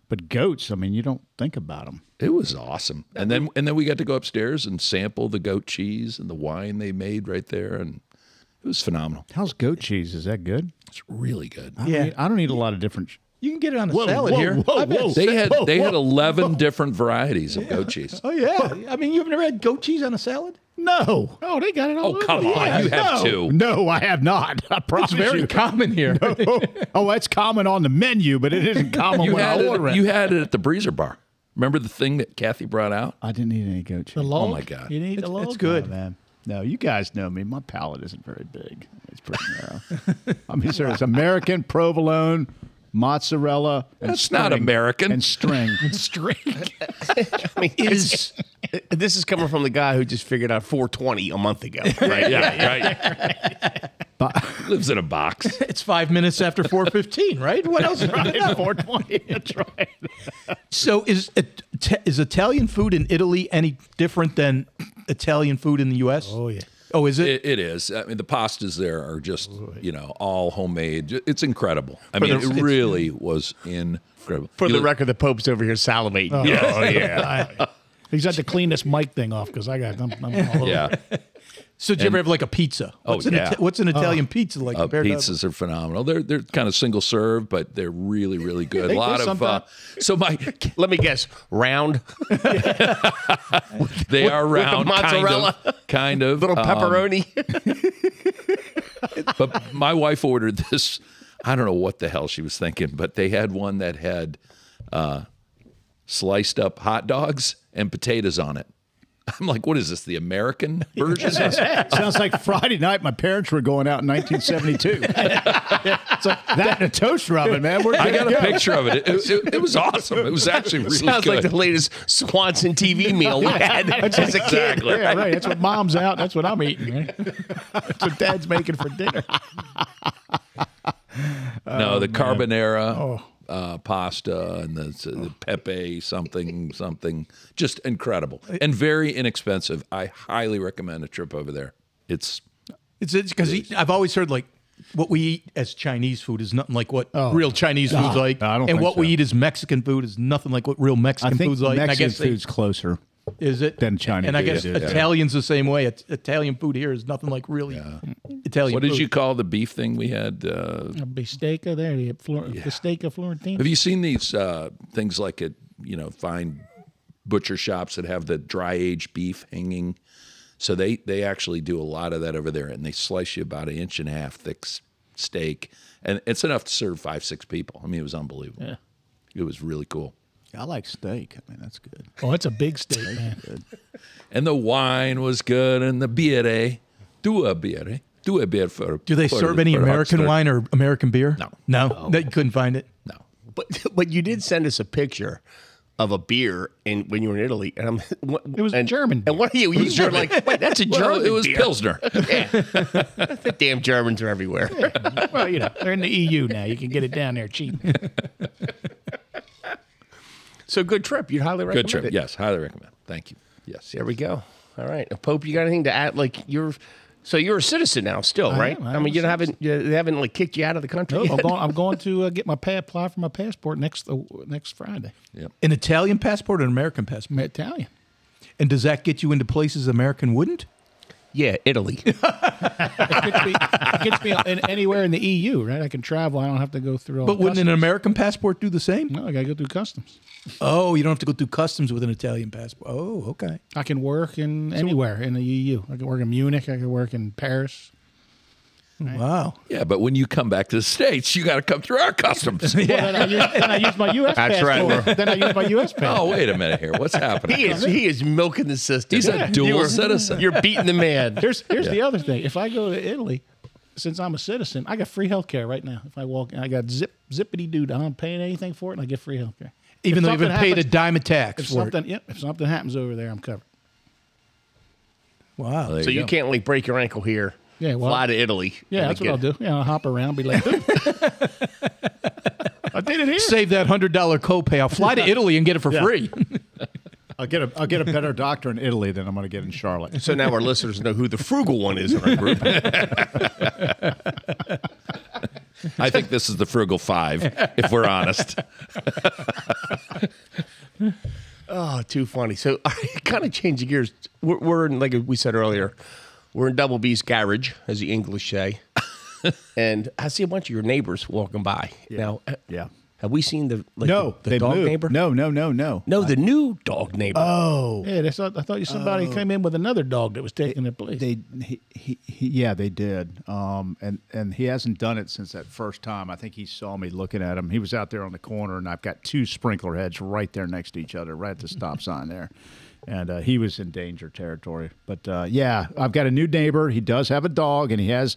Speaker 6: but goats. I mean, you don't think about them.
Speaker 1: It was awesome. And then and then we got to go upstairs and sample the goat cheese and the wine they made right there and It was phenomenal.
Speaker 6: How's goat cheese? Is that good?
Speaker 1: It's really good.
Speaker 6: I yeah, I don't eat a lot of different. ch-
Speaker 4: You can get it on a
Speaker 6: Whoa,
Speaker 4: salad
Speaker 6: whoa,
Speaker 4: here.
Speaker 6: whoa,
Speaker 4: I've had-
Speaker 6: whoa.
Speaker 1: They had
Speaker 6: Whoa,
Speaker 1: they had
Speaker 6: whoa,
Speaker 1: eleven different varieties of goat cheese.
Speaker 4: Oh yeah. I mean, you've never had goat cheese on a salad?
Speaker 6: No. Oh, they got it all.
Speaker 1: Oh come on, you have
Speaker 6: no.
Speaker 1: two.
Speaker 6: No, I have not. I promise
Speaker 4: It's very
Speaker 6: you.
Speaker 4: common here.
Speaker 6: oh, that's common on the menu, but it isn't common
Speaker 1: You
Speaker 6: when
Speaker 1: had,
Speaker 6: I order
Speaker 1: it,
Speaker 6: it.
Speaker 1: you had it at the Breezer Bar. Remember the thing that Kathy brought out?
Speaker 6: I didn't eat any goat cheese.
Speaker 3: The log?
Speaker 1: Oh, my God.
Speaker 3: You need
Speaker 4: It's-
Speaker 3: the log?
Speaker 4: it's good.
Speaker 6: Oh, man. No, you guys know me. My palate isn't very big. It's pretty narrow. I mean, sir, it's American provolone, mozzarella. And
Speaker 1: That's not
Speaker 6: string.
Speaker 1: American.
Speaker 6: And string.
Speaker 2: I mean, is this is coming from the guy who just figured out 420 a month ago, right?
Speaker 1: Yeah, right. Lives in a box.
Speaker 4: it's five minutes after four fifteen, right? What else?
Speaker 6: Four twenty. That's right.
Speaker 4: So is it- te- is Italian food in Italy any different than Italian food in the U.S.? Oh yeah. Oh, is it?
Speaker 1: It, it is. I mean, the pastas there are just you know all homemade. Ju- It's incredible. I mean,
Speaker 2: the-
Speaker 1: it really was incredible.
Speaker 2: For
Speaker 1: You
Speaker 2: the
Speaker 1: look-
Speaker 2: record, the Pope's over here salivating.
Speaker 1: Yes.
Speaker 3: I, he's had to clean this mic thing off because I got. I'm, I'm all over.
Speaker 1: yeah,
Speaker 4: so do you ever have like a pizza?
Speaker 1: Oh,
Speaker 4: what's an
Speaker 1: yeah.
Speaker 4: what's an Italian pizza like
Speaker 1: uh,
Speaker 4: compared to?
Speaker 1: pizzas are phenomenal. They're they're kind of single serve, but they're really really good. A lot of uh, so my
Speaker 2: Let me guess, round
Speaker 1: they are
Speaker 2: with the
Speaker 1: round
Speaker 2: mozzarella.
Speaker 1: kind of kind
Speaker 2: little
Speaker 1: of um,
Speaker 2: pepperoni.
Speaker 1: but my wife ordered this. I don't know what the hell she was thinking, but they had one that had uh, sliced up hot dogs and potatoes on it. I'm like, what is this? The American version?
Speaker 6: Sounds like Friday night. My parents were going out in 1972. it's like that and a toast oven, man. We're
Speaker 1: I
Speaker 6: good
Speaker 1: got
Speaker 6: to
Speaker 1: a
Speaker 6: go.
Speaker 1: picture of it. It, it- it was awesome. It was actually really
Speaker 2: Sounds
Speaker 1: good.
Speaker 2: like the latest Swanson TV meal we had as a kid.
Speaker 1: exactly.
Speaker 3: Yeah, right. That's what mom's out. That's what I'm eating. Right? That's what dad's making for dinner.
Speaker 1: No, the carbonara uh, pasta and the, the pepe something something just incredible and very inexpensive. I highly recommend a trip over there. It's
Speaker 4: It's because I've always heard like what we eat as Chinese food is nothing like what real Chinese food's like,
Speaker 6: no, Oh. Ah. I don't
Speaker 4: and
Speaker 6: think
Speaker 4: what we
Speaker 6: so.
Speaker 4: eat as Mexican food is nothing like what real
Speaker 6: I
Speaker 4: Mexican
Speaker 6: think
Speaker 4: food's like. and I
Speaker 6: Mexican
Speaker 4: guess they-
Speaker 6: food's closer.
Speaker 4: is it
Speaker 6: than Chinese
Speaker 4: And I
Speaker 6: food
Speaker 4: guess
Speaker 6: is, yeah.
Speaker 4: Italian's the same way. It, Italian food here is nothing like really Italian.
Speaker 1: what did
Speaker 4: food.
Speaker 1: you call the beef thing we had? Uh,
Speaker 3: A bistecca there, the Flor- bistecca Florentina.
Speaker 1: Have you seen these uh, things like at you know fine butcher shops that have the dry aged beef hanging? So they they actually do a lot of that over there, and they slice you about an inch and a half thick s- steak, and it's enough to serve five six people. I mean, it was unbelievable. It was really cool,
Speaker 6: I like steak. I mean, that's good.
Speaker 3: Oh, that's a big steak, man.
Speaker 1: and the wine was good, and the beer, dua beer, dua beer for.
Speaker 4: Do they
Speaker 1: for-
Speaker 4: serve any
Speaker 1: for
Speaker 4: American
Speaker 1: Huckster.
Speaker 4: wine or American beer?
Speaker 1: No.
Speaker 4: no, That you couldn't find it.
Speaker 1: No.
Speaker 2: But but you did send us a picture of a beer in when you were in Italy, and I'm what, it
Speaker 3: was
Speaker 2: and,
Speaker 3: German
Speaker 2: And what are you? You were like, wait, that's a German.
Speaker 1: Well, it was
Speaker 2: beer.
Speaker 1: Pilsner.
Speaker 2: Yeah. the damn Germans are everywhere.
Speaker 3: well, you know, they're in the EU now. You can get it down there cheap.
Speaker 2: So good trip. You'd highly recommend
Speaker 1: Good trip.
Speaker 2: it.
Speaker 1: Yes, highly recommend. Thank you. Yes.
Speaker 2: There we go. All right, Uh, Pope. You got anything to add? Like you're. So you're a citizen now, still, right?
Speaker 3: am, I
Speaker 2: I,
Speaker 3: am
Speaker 2: mean,
Speaker 3: a
Speaker 2: you haven't you, they haven't like kicked you out of the country.
Speaker 3: No, I'm
Speaker 2: yet.
Speaker 3: going. I'm going to uh, get my pa- apply for my passport next uh, next Friday.
Speaker 4: An Italian passport or an American passport?
Speaker 3: I'm Italian.
Speaker 4: And does that get you into places American wouldn't?
Speaker 2: Yeah, Italy.
Speaker 3: It gets me, it gets me in, anywhere in the EU, right? I can travel. I don't have to go through. All
Speaker 4: But wouldn't an
Speaker 3: customs.
Speaker 4: American passport do the
Speaker 1: Mm.
Speaker 4: same?
Speaker 3: No, I gotta go through customs.
Speaker 4: Oh, you don't have to go through customs with an Italian passport. Oh, okay.
Speaker 3: I can work in anywhere in the EU. I can work in Munich. I can work in Paris.
Speaker 4: Wow.
Speaker 1: Yeah, but when you come back to the states, you got to come through our customs.
Speaker 3: Well, then, I use, then I use my U.S.
Speaker 2: That's right.
Speaker 3: passport. Then I use my U.S. passport.
Speaker 1: Oh, wait a minute here. What's happening?
Speaker 2: he is he is milking the system.
Speaker 1: He's a dual
Speaker 2: You are-
Speaker 1: citizen.
Speaker 2: You're beating the man.
Speaker 3: Here's here's the other thing. If I go to Italy, since I'm a citizen, I got free health care right now. If I walk, in, I got zip zippity doo. I don't pay anything for it, and I get free health care.
Speaker 4: Even
Speaker 3: If
Speaker 4: though you haven't
Speaker 3: something
Speaker 4: paid a
Speaker 3: happens-
Speaker 4: dime of tax
Speaker 3: If
Speaker 4: for it.
Speaker 3: something, yep, if something happens over there, I'm covered.
Speaker 4: Wow.
Speaker 1: There
Speaker 2: So you
Speaker 1: go.
Speaker 2: can't like break your ankle here.
Speaker 3: Yeah, well-
Speaker 2: fly to Italy.
Speaker 3: Yeah,
Speaker 2: and
Speaker 3: that's
Speaker 2: get-
Speaker 3: what I'll do. Yeah, I'll hop around, be like, I did it here.
Speaker 4: Save that hundred dollar copay. I'll fly to Italy and get it for free.
Speaker 6: I'll get a I'll get a better doctor in Italy than I'm going to get in Charlotte.
Speaker 2: So now our listeners know who the frugal one is in our group.
Speaker 1: I think this is the frugal five, if we're honest.
Speaker 2: Ah, oh, too funny. So I kind of change the gears. We're, we're in, like we said earlier, We're in Double B's garage, as the English say. and I see a bunch of your neighbors walking by. Now, uh,
Speaker 6: Yeah.
Speaker 2: have we seen the like,
Speaker 6: No,
Speaker 2: the, the
Speaker 6: they
Speaker 2: dog
Speaker 6: moved.
Speaker 2: neighbor?
Speaker 6: No, Oh. no, no, no.
Speaker 2: no, the new dog neighbor.
Speaker 3: Yeah, they thought, I thought you somebody came in with another dog that was taking the place.
Speaker 6: Oh. They, he, he, he, yeah, they did. Um, and and he hasn't done it since that first time. I think he saw me looking at him. He was out there on the corner, and I've got two sprinkler heads right there next to each other, right at the stop sign there. And uh, he was in danger territory. But uh, yeah, I've got a new neighbor. He does have a dog, and he has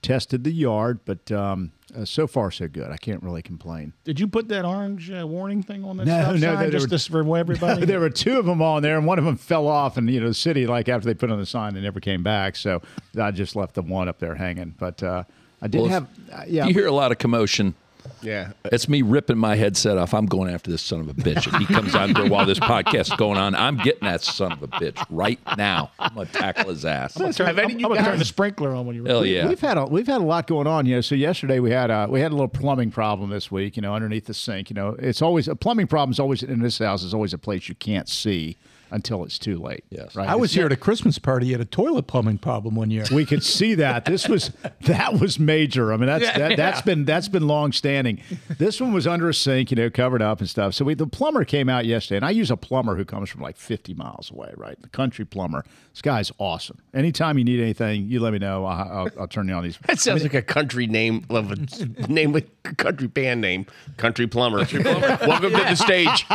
Speaker 6: tested the yard. But um, uh, so far, so good. I can't really complain.
Speaker 3: Did you put that orange uh, warning thing on that
Speaker 6: No,
Speaker 3: stop
Speaker 6: no,
Speaker 3: sign
Speaker 6: they- they
Speaker 3: just
Speaker 6: were-
Speaker 3: to- for everybody?
Speaker 6: there were two of them on there, and one of them fell off. And you know, the city, like after they put on the sign, they never came back. So I just left the one up there hanging. But uh, I did
Speaker 1: Well, if-
Speaker 6: have, uh, yeah,
Speaker 1: You hear a lot of commotion.
Speaker 2: yeah.
Speaker 1: That's me ripping my headset off. I'm going after this son of a bitch. If he comes out here while this podcast's going on, I'm getting that son of a bitch right now. I'm gonna tackle his ass.
Speaker 3: I'm, I'm gonna turn the sprinkler on when you're.
Speaker 1: Hell yeah.
Speaker 6: We've had a, we've had a lot going on, you know. So yesterday we had a we had a little plumbing problem this week, you know, underneath the sink. You know, it's always a plumbing problem is always in this house is always a place you can't see until it's too late.
Speaker 1: Yes.
Speaker 6: right.
Speaker 4: I was here at a Christmas party at a toilet plumbing problem one year.
Speaker 6: we could see that this was that was major. I mean, that's
Speaker 4: Yeah,
Speaker 6: that,
Speaker 4: yeah.
Speaker 6: that's been that's been long standing. This one was under a sink, you know, covered up and stuff. So we the plumber came out yesterday, and I use a plumber who comes from like 50 miles away, right? The country plumber. This guy's awesome. Anytime you need anything, you let me know. I'll, I'll, I'll turn you on these.
Speaker 2: That sounds like a country name of a name like a country band name. Country plumber. Welcome to the stage.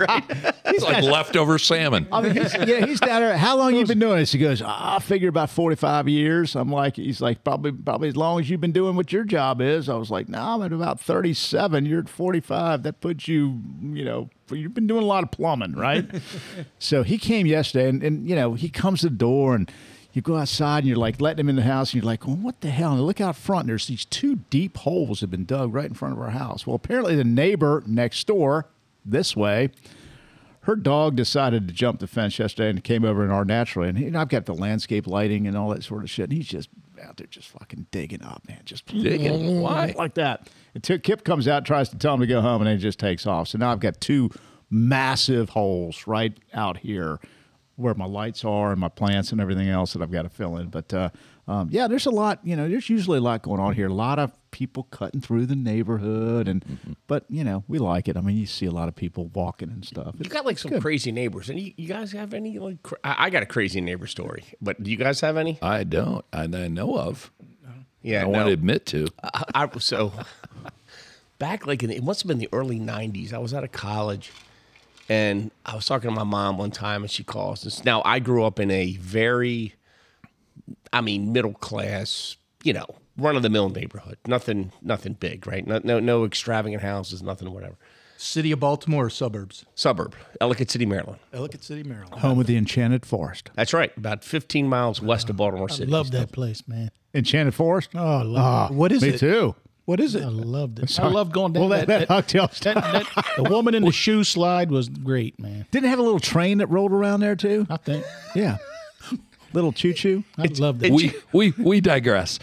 Speaker 1: It's like leftover salmon.
Speaker 6: I mean, he's, yeah, he's down there. How long you been doing this? He goes, I figure about forty-five years. I'm like, he's like, probably, probably as long as you've been doing what your job is. I was like, no, I'm at about thirty-seven. You're at forty-five. That puts you, you know, you've been doing a lot of plumbing, right? so he came yesterday, and, and you know, he comes to the door and. You go outside and you're like letting him in the house, and you're like, well, what the hell? And I look out front, and there's these two deep holes that have been dug right in front of our house. Well, apparently, the neighbor next door, this way, her dog decided to jump the fence yesterday and came over in our naturally. And, he, and I've got the landscape lighting and all that sort of shit. And he's just out there just fucking digging up, man. Just
Speaker 1: Digging. Why?
Speaker 6: Like that. Until Kip comes out, tries to tell him to go home, and then he just takes off. So now I've got two massive holes right out here where my lights are and my plants and everything else that I've got to fill in. But uh, um, yeah, there's a lot, you know, there's usually a lot going on here. A lot of people cutting through the neighborhood. and
Speaker 1: Mm-hmm.
Speaker 6: But, you know, we like it. I mean, you see a lot of people walking and stuff.
Speaker 2: You got like some crazy neighbors. And you, you guys have any like? Cra- I, I got a crazy neighbor story, but do you guys have any?
Speaker 1: I don't. I, I know of. I
Speaker 2: Yeah,
Speaker 1: don't want to admit to.
Speaker 2: I, I- so back like in, it must have been the early '90s. I was out of college, and I was talking to my mom one time, and she calls. And s- now I grew up in a very, I mean, middle class, you know, run of the mill neighborhood. Nothing, nothing big, right? No, no, no extravagant houses, nothing, whatever.
Speaker 4: City of Baltimore suburbs,
Speaker 2: Suburb, Ellicott City, Maryland.
Speaker 4: Ellicott City, Maryland.
Speaker 6: Home of the Enchanted Forest.
Speaker 2: That's right, about 15 miles west of Baltimore City.
Speaker 3: Love that place, man.
Speaker 6: Enchanted Forest?
Speaker 3: Oh, I love
Speaker 4: What is
Speaker 6: Ah, Me
Speaker 4: it?
Speaker 6: too.
Speaker 4: What is
Speaker 3: it.
Speaker 4: it?
Speaker 3: I loved it. I love going
Speaker 6: Well,
Speaker 3: down
Speaker 6: that, that, cocktail
Speaker 3: that- that- the woman in the shoe slide was great, man.
Speaker 6: didn't it have a little train that rolled around there too.
Speaker 3: I think
Speaker 6: Yeah, little choo choo.
Speaker 3: I loved it.
Speaker 1: We we we digress.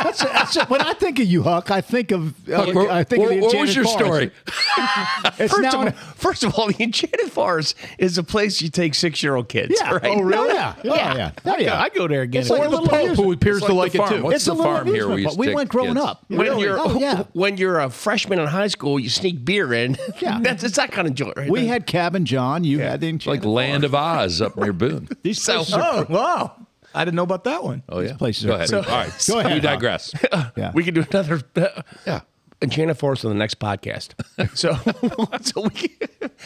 Speaker 6: That's, that's when I think of you, Huck. I think of uh,
Speaker 1: Huck, what-
Speaker 6: I think of the
Speaker 1: what- what was
Speaker 6: Enchanted
Speaker 1: your
Speaker 6: Forest.
Speaker 1: story?
Speaker 6: It's
Speaker 2: First
Speaker 6: now
Speaker 2: of, all,
Speaker 6: an-
Speaker 2: first of all, the Enchanted Forest is a place you take six year old kids.
Speaker 6: yeah.
Speaker 2: Right?
Speaker 6: Oh really?
Speaker 2: No,
Speaker 6: Oh yeah. Oh yeah.
Speaker 3: I go there again.
Speaker 6: It's like a
Speaker 1: the
Speaker 6: little
Speaker 1: Pope
Speaker 6: amusement-
Speaker 1: who appears to like, it too. What's
Speaker 6: It's
Speaker 1: the
Speaker 6: a little
Speaker 1: farm here?
Speaker 6: amusement
Speaker 1: used
Speaker 6: park.
Speaker 1: to
Speaker 6: We
Speaker 1: take
Speaker 6: went growing
Speaker 1: kids?
Speaker 6: up.
Speaker 2: when
Speaker 6: Really?
Speaker 2: you're
Speaker 6: Oh, yeah.
Speaker 2: when you're a freshman in high school, you sneak beer in.
Speaker 6: Yeah.
Speaker 2: that's it's that kind of joy. Right
Speaker 6: We had Cabin John. You had the
Speaker 1: It's like
Speaker 6: Enchanted
Speaker 1: Land of Oz up near Boone.
Speaker 2: these so,
Speaker 4: Oh wow! I didn't know about that one.
Speaker 1: Oh yeah.
Speaker 6: places
Speaker 1: Go
Speaker 6: are
Speaker 1: ahead.
Speaker 6: pretty
Speaker 1: all right.
Speaker 6: Go ahead,
Speaker 1: We
Speaker 6: Huck.
Speaker 1: digress.
Speaker 6: yeah.
Speaker 2: we could do another uh, yeah Enchanted Forest on the next podcast. So so we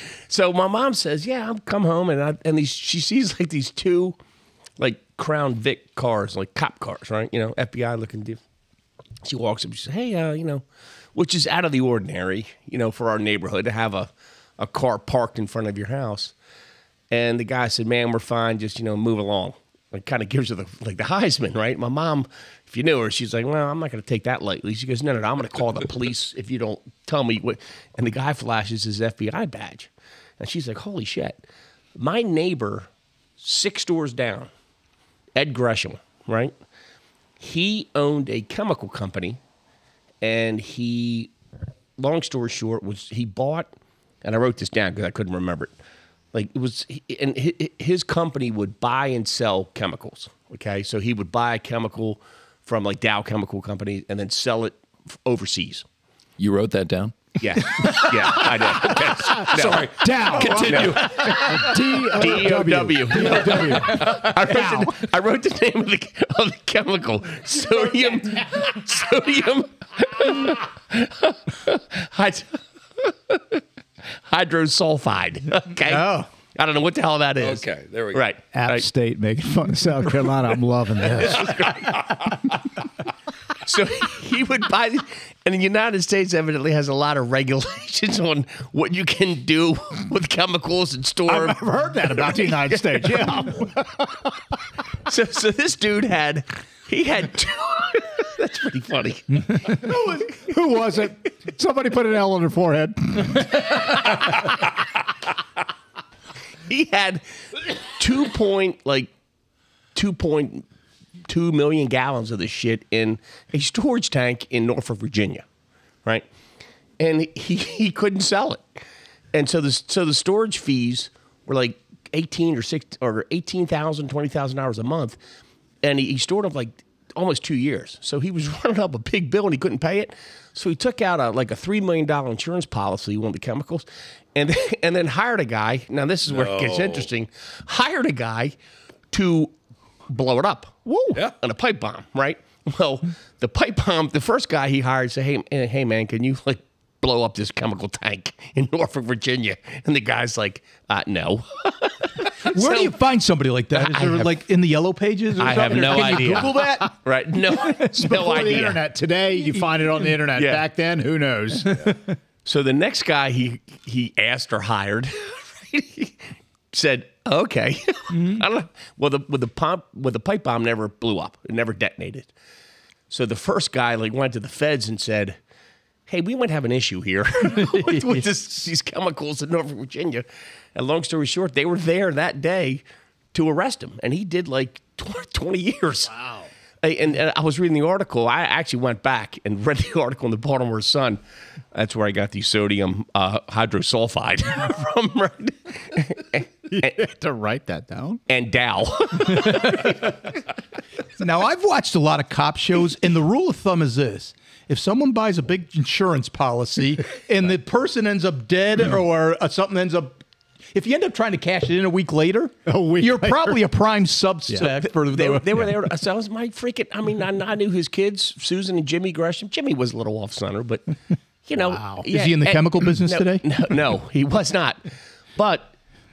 Speaker 2: so my mom says, yeah, I'm come home and I and these she sees like these two like Crown Vic cars, like cop cars, right? You know, FBI looking deal. She walks up. She says, "Hey, uh, you know," which is out of the ordinary, you know, for our neighborhood to have a a car parked in front of your house. And the guy said, "Man, we're fine. Just you know, move along." It kind of gives her the like the Heisman, right? My mom, if you knew her, she's like, "Well, I'm not going to take that lightly." She goes, "No, no, no I'm going to call the police if you don't tell me what." And the guy flashes his FBI badge, and she's like, "Holy shit!" My neighbor, six doors down, Ed Gresham, right? He owned a chemical company and he, long story short, was he bought, and I wrote this down because I couldn't remember it. Like it was, he- and hi- his company would buy and sell chemicals, Okay, so he would buy chemical from like Dow Chemical Company and then sell it f- overseas.
Speaker 1: You wrote that down?
Speaker 2: Yeah, yeah, I did. Yes. No.
Speaker 1: Sorry.
Speaker 6: Dow.
Speaker 1: Continue.
Speaker 2: D-O-W. I wrote, the, I wrote the name of the, of the chemical. Sodium. sodium. hyd- hydrosulfide. Okay.
Speaker 4: Oh.
Speaker 2: I don't know what the hell that is.
Speaker 1: Okay, there we go.
Speaker 2: Right.
Speaker 6: App
Speaker 2: right.
Speaker 6: State making fun of South Carolina. I'm loving this.
Speaker 2: So he would buy, the- and the United States evidently has a lot of regulations on what you can do with chemicals and store.
Speaker 6: I've heard that about the United States. Yeah.
Speaker 2: So, so this dude had, he had two. That's pretty funny.
Speaker 6: Who was it? Somebody put an L on her forehead.
Speaker 2: he had two point like two point two million gallons of this shit in a storage tank in Norfolk, Virginia, right? And he he couldn't sell it, and so the so the storage fees were like eighteen or six or eighteen thousand twenty thousand dollars a month, and he, he stored up like almost two years. So he was running up a big bill and he couldn't pay it. So he took out a, like a three million dollar insurance policy on the chemicals, and and then hired a guy. Now this is where it gets interesting. Hired a guy to blow it up. Woo!
Speaker 1: Yeah.
Speaker 2: And a pipe bomb, right? Well, the pipe bomb. The first guy he hired said, "Hey, eh, hey, man, can you like blow up this chemical tank in Norfolk, Virginia?" And the guy's like, uh, "No."
Speaker 4: Where do you find somebody like that? Is
Speaker 2: I
Speaker 4: there
Speaker 2: have-
Speaker 4: like in the yellow pages? Or
Speaker 2: I have
Speaker 4: something?
Speaker 2: no
Speaker 4: Can
Speaker 2: idea.
Speaker 4: You Google that.
Speaker 2: Right? No, no
Speaker 6: Before the
Speaker 2: idea.
Speaker 6: internet. Today, you find it on the internet.
Speaker 2: Yeah.
Speaker 6: Back then, who knows?
Speaker 2: So the next guy he he asked or hired he said, "Okay, I don't know." Well, the with the pump with the pipe bomb never blew up. It never detonated. So the first guy like went to the feds and said, "Hey, we might have an issue here with, with this, these chemicals in Norfolk, Virginia." And long story short, they were there that day to arrest him, and he did like 20, 20 years. Wow. And, and I was reading the article. I actually went back and read the article in the Baltimore Sun. That's where I got the sodium uh, hydrosulfide from, right?
Speaker 6: to write that down.
Speaker 2: and Dow.
Speaker 4: Now I've watched a lot of cop shows, and the rule of thumb is this: if someone buys a big insurance policy and the person ends up dead or uh, something ends up. If you end up trying to cash it in a week later,
Speaker 6: A week
Speaker 4: you're
Speaker 6: later.
Speaker 4: probably a prime suspect for the.
Speaker 2: they, were- they were there. So I was my freaking. I mean, I, I knew his kids, Susan and Jimmy Gresham. Jimmy was a little off center, but you know,
Speaker 4: Is he in the chemical business
Speaker 2: no,
Speaker 4: today?
Speaker 2: No, no, he was not. But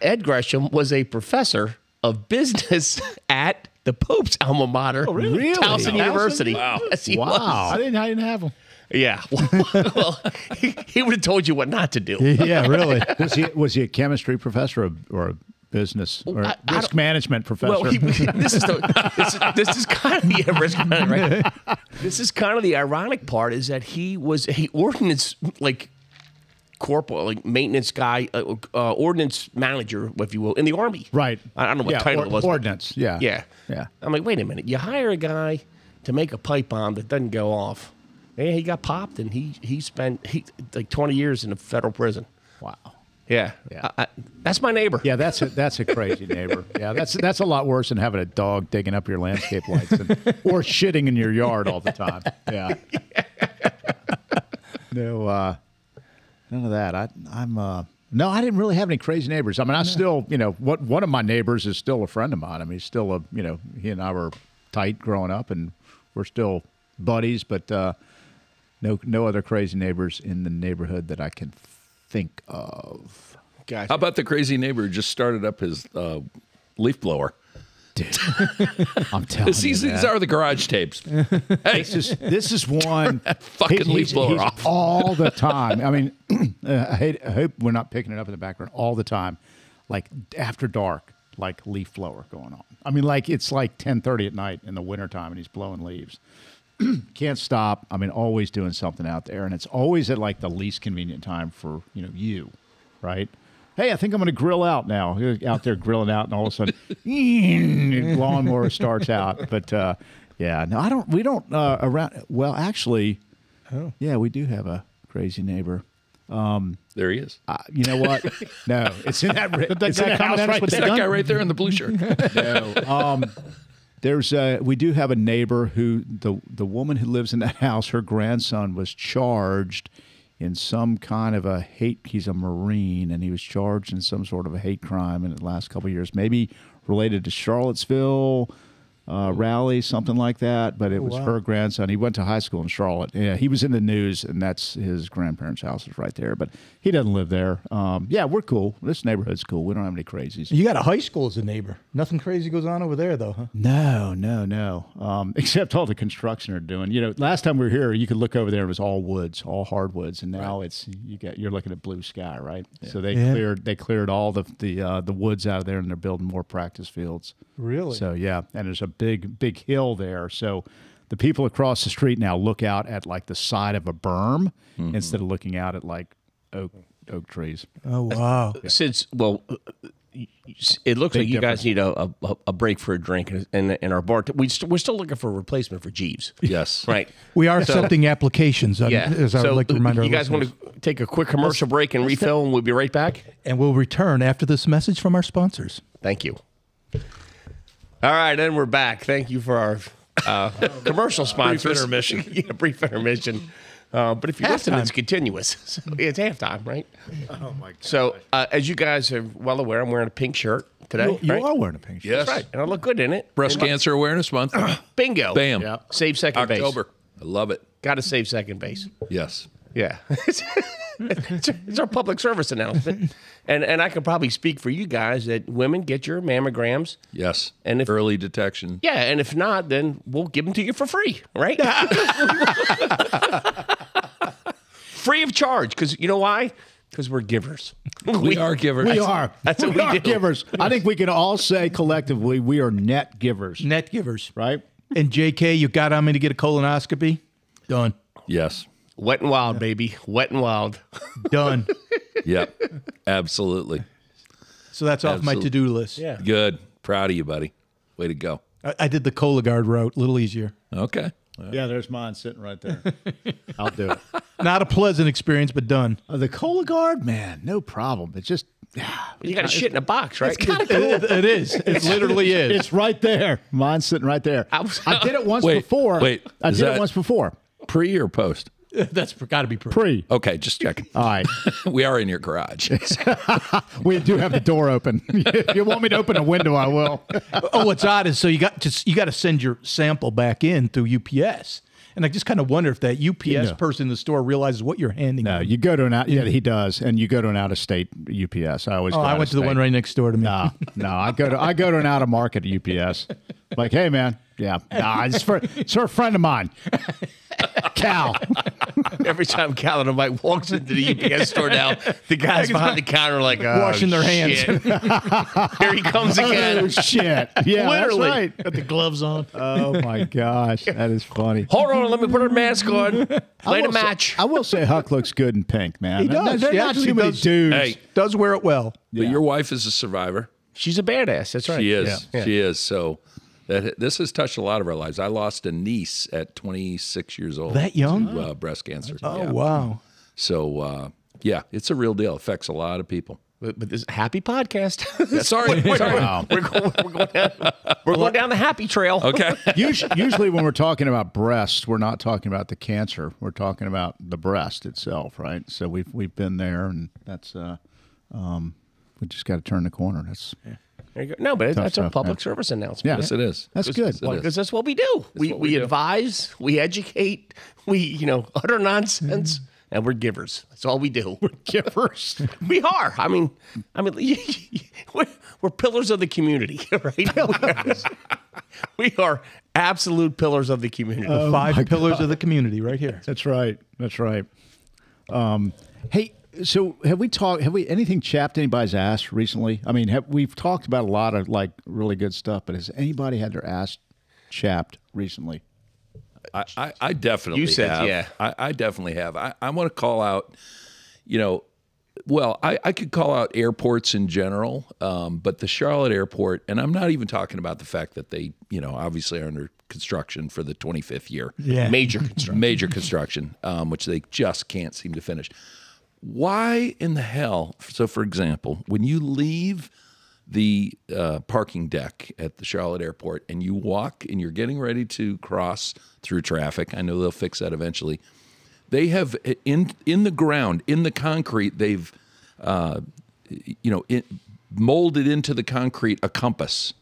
Speaker 2: Ed Gresham was a professor of business at the Pope's alma mater,
Speaker 4: Oh,
Speaker 6: Really?
Speaker 2: Towson
Speaker 6: Towson?
Speaker 2: University. Wow. Yes, he was.
Speaker 6: I didn't. I didn't have them.
Speaker 2: Yeah. well, he, he would have told you what not to do.
Speaker 6: Yeah, really. was he was he a chemistry professor or, or a business or
Speaker 2: I- I
Speaker 6: risk
Speaker 2: don't-
Speaker 6: management professor?
Speaker 2: Well, he, this is the, this is this is kind of the risk management, right? This is kind of the ironic part is that he was a ordinance like corporal, like maintenance guy, uh, uh, ordinance manager, if you will, in the army.
Speaker 6: right.
Speaker 2: I don't know what
Speaker 6: yeah,
Speaker 2: title
Speaker 6: or-
Speaker 2: it was. but-
Speaker 6: Ordnance. Yeah.
Speaker 2: yeah.
Speaker 6: Yeah.
Speaker 2: I'm like, wait a minute. You hire a guy to make a pipe bomb that doesn't go off. Yeah, he got popped, and he he spent he, like 20 years in a federal prison.
Speaker 6: Wow.
Speaker 2: Yeah,
Speaker 6: Yeah.
Speaker 2: I, I, that's my neighbor.
Speaker 6: Yeah, that's a, that's a crazy neighbor. Yeah, that's that's a lot worse than having a dog digging up your landscape lights and, or shitting in your yard all the time. Yeah. No, uh, none of that. I I'm uh, no, I didn't really have any crazy neighbors. I mean, I still you know what one of my neighbors is still a friend of mine. I mean, he's still a you know he and I were tight growing up, and we're still buddies. But uh, no no other crazy neighbors in the neighborhood that I can think of.
Speaker 1: How about the crazy neighbor who just started up his uh, leaf blower?
Speaker 6: Oh, I'm telling
Speaker 1: This-
Speaker 6: you,
Speaker 1: These,
Speaker 6: man.
Speaker 1: these are the garage tapes. hey,
Speaker 6: This is this is one
Speaker 1: fucking
Speaker 6: he's-
Speaker 1: leaf
Speaker 6: he's-
Speaker 1: blower
Speaker 6: he's
Speaker 1: off.
Speaker 6: all the time. I mean, uh, I, hate, I hope we're not picking it up in the background all the time, like after dark, like leaf blower going on. I mean, like it's like ten thirty at night in the wintertime, and he's blowing leaves. Can't stop. I mean, always doing something out there, and it's always at like the least convenient time for you know you, right? Hey, I think I'm going to grill out now. You're out there grilling out, and all of a sudden, lawnmower starts out. But uh, yeah, no, I don't. We don't uh, around. Well, actually,
Speaker 3: Oh.
Speaker 6: yeah, we do have a crazy neighbor.
Speaker 1: there he is.
Speaker 6: Uh, you know what? no, it's in that. ri-
Speaker 3: that
Speaker 6: It's in
Speaker 3: guy
Speaker 6: that
Speaker 3: come at
Speaker 6: house
Speaker 3: us
Speaker 6: right
Speaker 3: with
Speaker 1: It's
Speaker 6: there.
Speaker 1: that guy right there in the blue shirt.
Speaker 6: Um, There's uh, we do have a neighbor who the the woman who lives in that house, her grandson was charged in some kind of a hate. He's a marine, and he was charged in some sort of a hate crime in the last couple of years, maybe related to Charlottesville uh, rally, something like that. But it was her grandson. He went to high school in Charlotte. Yeah, he was in the news, and that's his grandparents' house is right there. But he doesn't live there. Um, yeah, we're cool. This neighborhood's cool. We don't have any crazies.
Speaker 4: You got a high school as a neighbor. Nothing crazy goes on over there, though, huh?
Speaker 6: No, no, no. Um, except all the construction are doing. You know, last time we were here, you could look over there; it was all woods, all hardwoods, and now it's you got you're looking at blue sky, right? So they
Speaker 4: Yeah.
Speaker 6: cleared they cleared all the the uh, the woods out of there, and they're building more practice fields.
Speaker 4: Really?
Speaker 6: So yeah, and there's a big big hill there, so the people across the street now look out at like the side of a berm instead of looking out at like oak oak trees.
Speaker 4: Oh, wow.
Speaker 2: Since well, uh, y- y- it looks like you guys need a, a- a, a break for a drink, and and, and our bar. we st- we're still looking for a replacement for Jeeves.
Speaker 1: Yes.
Speaker 2: Right.
Speaker 4: We are accepting applications, on,
Speaker 2: Yeah. uh,
Speaker 4: as I would like to remind our
Speaker 2: you guys
Speaker 4: listeners.
Speaker 2: want to take a quick commercial break and refill, and we'll be right back.
Speaker 4: And we'll return after this message from our sponsors.
Speaker 2: Thank you. All right, and we're back. Thank you for our uh, commercial sponsors.
Speaker 1: intermission.
Speaker 2: yeah, brief intermission. Uh, but if you listen, it's continuous. So it's halftime, right? Oh my god! So uh, as you guys are well aware, I'm wearing a pink shirt today.
Speaker 4: You, you
Speaker 2: right?
Speaker 4: are wearing a pink shirt.
Speaker 1: Yes.
Speaker 2: That's right, and I look good in it.
Speaker 1: Breast
Speaker 2: And my-
Speaker 1: Cancer Awareness Month.
Speaker 2: Bingo.
Speaker 1: Bam.
Speaker 2: Yeah. Save second base.
Speaker 1: October. I love it.
Speaker 2: Got to save second base.
Speaker 1: Yes.
Speaker 2: Yeah. it's, it's our public service announcement. And and I can probably speak for you guys that women get your mammograms.
Speaker 1: Yes.
Speaker 2: And if-
Speaker 1: early detection.
Speaker 2: Yeah, and if not, then we'll give them to you for free, right? free of charge, because you know why? Because we're givers. We,
Speaker 1: are givers.
Speaker 6: We
Speaker 1: That's-
Speaker 6: are.
Speaker 2: that's what we
Speaker 6: are
Speaker 2: do.
Speaker 6: givers. I think we can all say collectively we are net givers,
Speaker 4: Net givers.
Speaker 6: right?
Speaker 4: And JK, you got on me to get a colonoscopy? Done.
Speaker 1: Yes.
Speaker 2: Wet and wild, baby. Wet and wild.
Speaker 4: Done.
Speaker 1: Yep. Absolutely.
Speaker 4: so that's off my
Speaker 1: Absolute-
Speaker 4: to do list.
Speaker 3: Yeah.
Speaker 1: Good. Proud of you, buddy. Way to go.
Speaker 4: I, I did the Cologuard route, a little easier.
Speaker 1: Okay.
Speaker 6: Yeah, there's mine sitting right there. I'll do it.
Speaker 4: Not a pleasant experience, but done.
Speaker 6: Oh, the Cola Guard, man, no problem. It's just
Speaker 2: You got to shit in a box, right?
Speaker 4: It- it is. It literally is.
Speaker 6: it's right there. Mine's sitting right there. I,
Speaker 2: was-
Speaker 6: did it once
Speaker 1: Wait,
Speaker 6: before.
Speaker 1: wait,
Speaker 6: I
Speaker 1: is
Speaker 6: did it
Speaker 1: that-
Speaker 6: once before.
Speaker 1: Pre or post?
Speaker 4: That's got to be perfect.
Speaker 6: Pre.
Speaker 1: Okay. Just checking.
Speaker 6: All right,
Speaker 1: Oh. we are in your garage.
Speaker 6: we do have the door open. if you want me to open a window, I will.
Speaker 4: oh, what's odd is so you got to you got to send your sample back in through UPS, and I just kind of wonder if that UPS
Speaker 6: No.
Speaker 4: person in the store realizes what you're handing.
Speaker 6: No,
Speaker 4: them.
Speaker 6: Uh, you go to an out. Yeah, he does, and you go to an out-of-state UPS. I always.
Speaker 4: Oh,
Speaker 6: go
Speaker 4: I
Speaker 6: out
Speaker 4: went
Speaker 6: of
Speaker 4: to the
Speaker 6: state.
Speaker 4: one right next door to me.
Speaker 6: Nah, no, I go to I go to an out of market UPS. Like, hey man, yeah, nah, it's for it's for a friend of mine, Cal.
Speaker 2: Every time Cal and Mike walks into the UPS store now, the guys behind the counter are like, oh,
Speaker 4: Washing their hands.
Speaker 2: shit. Here he comes
Speaker 6: Oh
Speaker 2: again.
Speaker 6: shit! Yeah,
Speaker 2: Literally.
Speaker 6: that's right.
Speaker 3: Got the gloves on.
Speaker 6: Oh my gosh, that is funny.
Speaker 2: Hold on, let me put her mask on. Play the
Speaker 6: will say-
Speaker 2: match.
Speaker 6: I will say Huck looks good in pink, man.
Speaker 4: He does.
Speaker 6: There's
Speaker 4: He
Speaker 6: not
Speaker 4: actually
Speaker 6: too many
Speaker 4: does.
Speaker 6: dudes.
Speaker 1: hey,
Speaker 4: Does wear it well.
Speaker 1: but your wife is a survivor.
Speaker 2: She's a badass. That's right.
Speaker 1: She is. She is. So that this has touched a lot of our lives. I lost a niece at 26 years old.
Speaker 4: That young?
Speaker 1: To, uh, breast cancer.
Speaker 4: Oh
Speaker 1: Yeah.
Speaker 4: wow!
Speaker 1: So uh, yeah, it's a real deal. Affects a lot of people.
Speaker 2: But, but this happy podcast.
Speaker 1: Sorry. sorry.
Speaker 2: we're, going, we're, going down, we're going down the happy trail.
Speaker 1: Okay.
Speaker 6: Usually, usually when we're talking about breasts, we're not talking about the cancer. We're talking about the breast itself, right? So we've we've been there, and that's uh, um, we just got to turn the corner. That's
Speaker 2: There you go. No, but that's a
Speaker 6: stuff,
Speaker 2: public
Speaker 6: man.
Speaker 2: service announcement.
Speaker 6: yeah,
Speaker 1: Yes, it is.
Speaker 6: that's
Speaker 1: Yes,
Speaker 6: good.
Speaker 1: it is.
Speaker 2: Because that's what we do. we
Speaker 1: what
Speaker 2: we,
Speaker 1: we do.
Speaker 2: advise, we educate, we you know utter nonsense,
Speaker 1: Mm-hmm.
Speaker 2: and we're givers. That's all we do. We're givers. we are. I mean, I mean, we're, we're pillars of the community, right? we are absolute pillars of the community.
Speaker 1: Uh,
Speaker 4: The five pillars of the community, right here.
Speaker 6: That's right. That's right. Um, hey, so have we talked? Have we anything chapped anybody's ass recently? I mean, have, we've talked about a lot of like really good stuff, but has anybody had their ass chapped recently?
Speaker 1: I, I, I definitely
Speaker 2: You said
Speaker 1: have.
Speaker 2: yeah.
Speaker 1: I, I definitely have. I, I want to call out, you know, well, I, I could call out airports in general, um, but the Charlotte airport, and I'm not even talking about the fact that they, you know, obviously are under construction for the 25th year.
Speaker 4: Yeah.
Speaker 2: Major construction.
Speaker 1: Major construction, um, which they just can't seem to finish. Why in the hell? So, for example, when you leave the uh, parking deck at the Charlotte airport and you walk and you're getting ready to cross through traffic. I know they'll fix that eventually. They have in in the ground, in the concrete, they've uh, you know, it molded into the concrete a compass.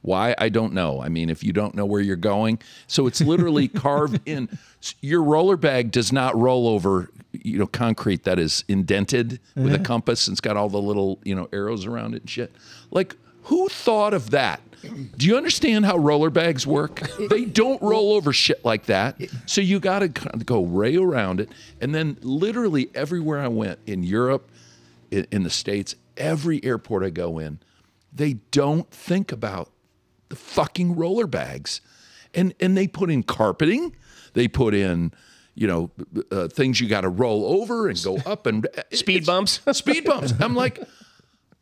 Speaker 1: Why? I don't know. I mean, if you don't know where you're going, so it's literally carved in. S- Your roller bag does not roll over, you know, concrete that is indented with a compass and it's got all the little, you know, arrows around it and shit. Like, who thought of that? Do you understand how roller bags work? They don't roll over shit like that. So you got to go right around it. And then, literally, everywhere I went in Europe, in, in the states every airport i go in they don't think about the fucking roller bags and and they put in carpeting they put in you know uh, things you got to roll over and go up and uh,
Speaker 2: Speed
Speaker 1: It's-
Speaker 2: bumps.
Speaker 1: speed bumps i'm like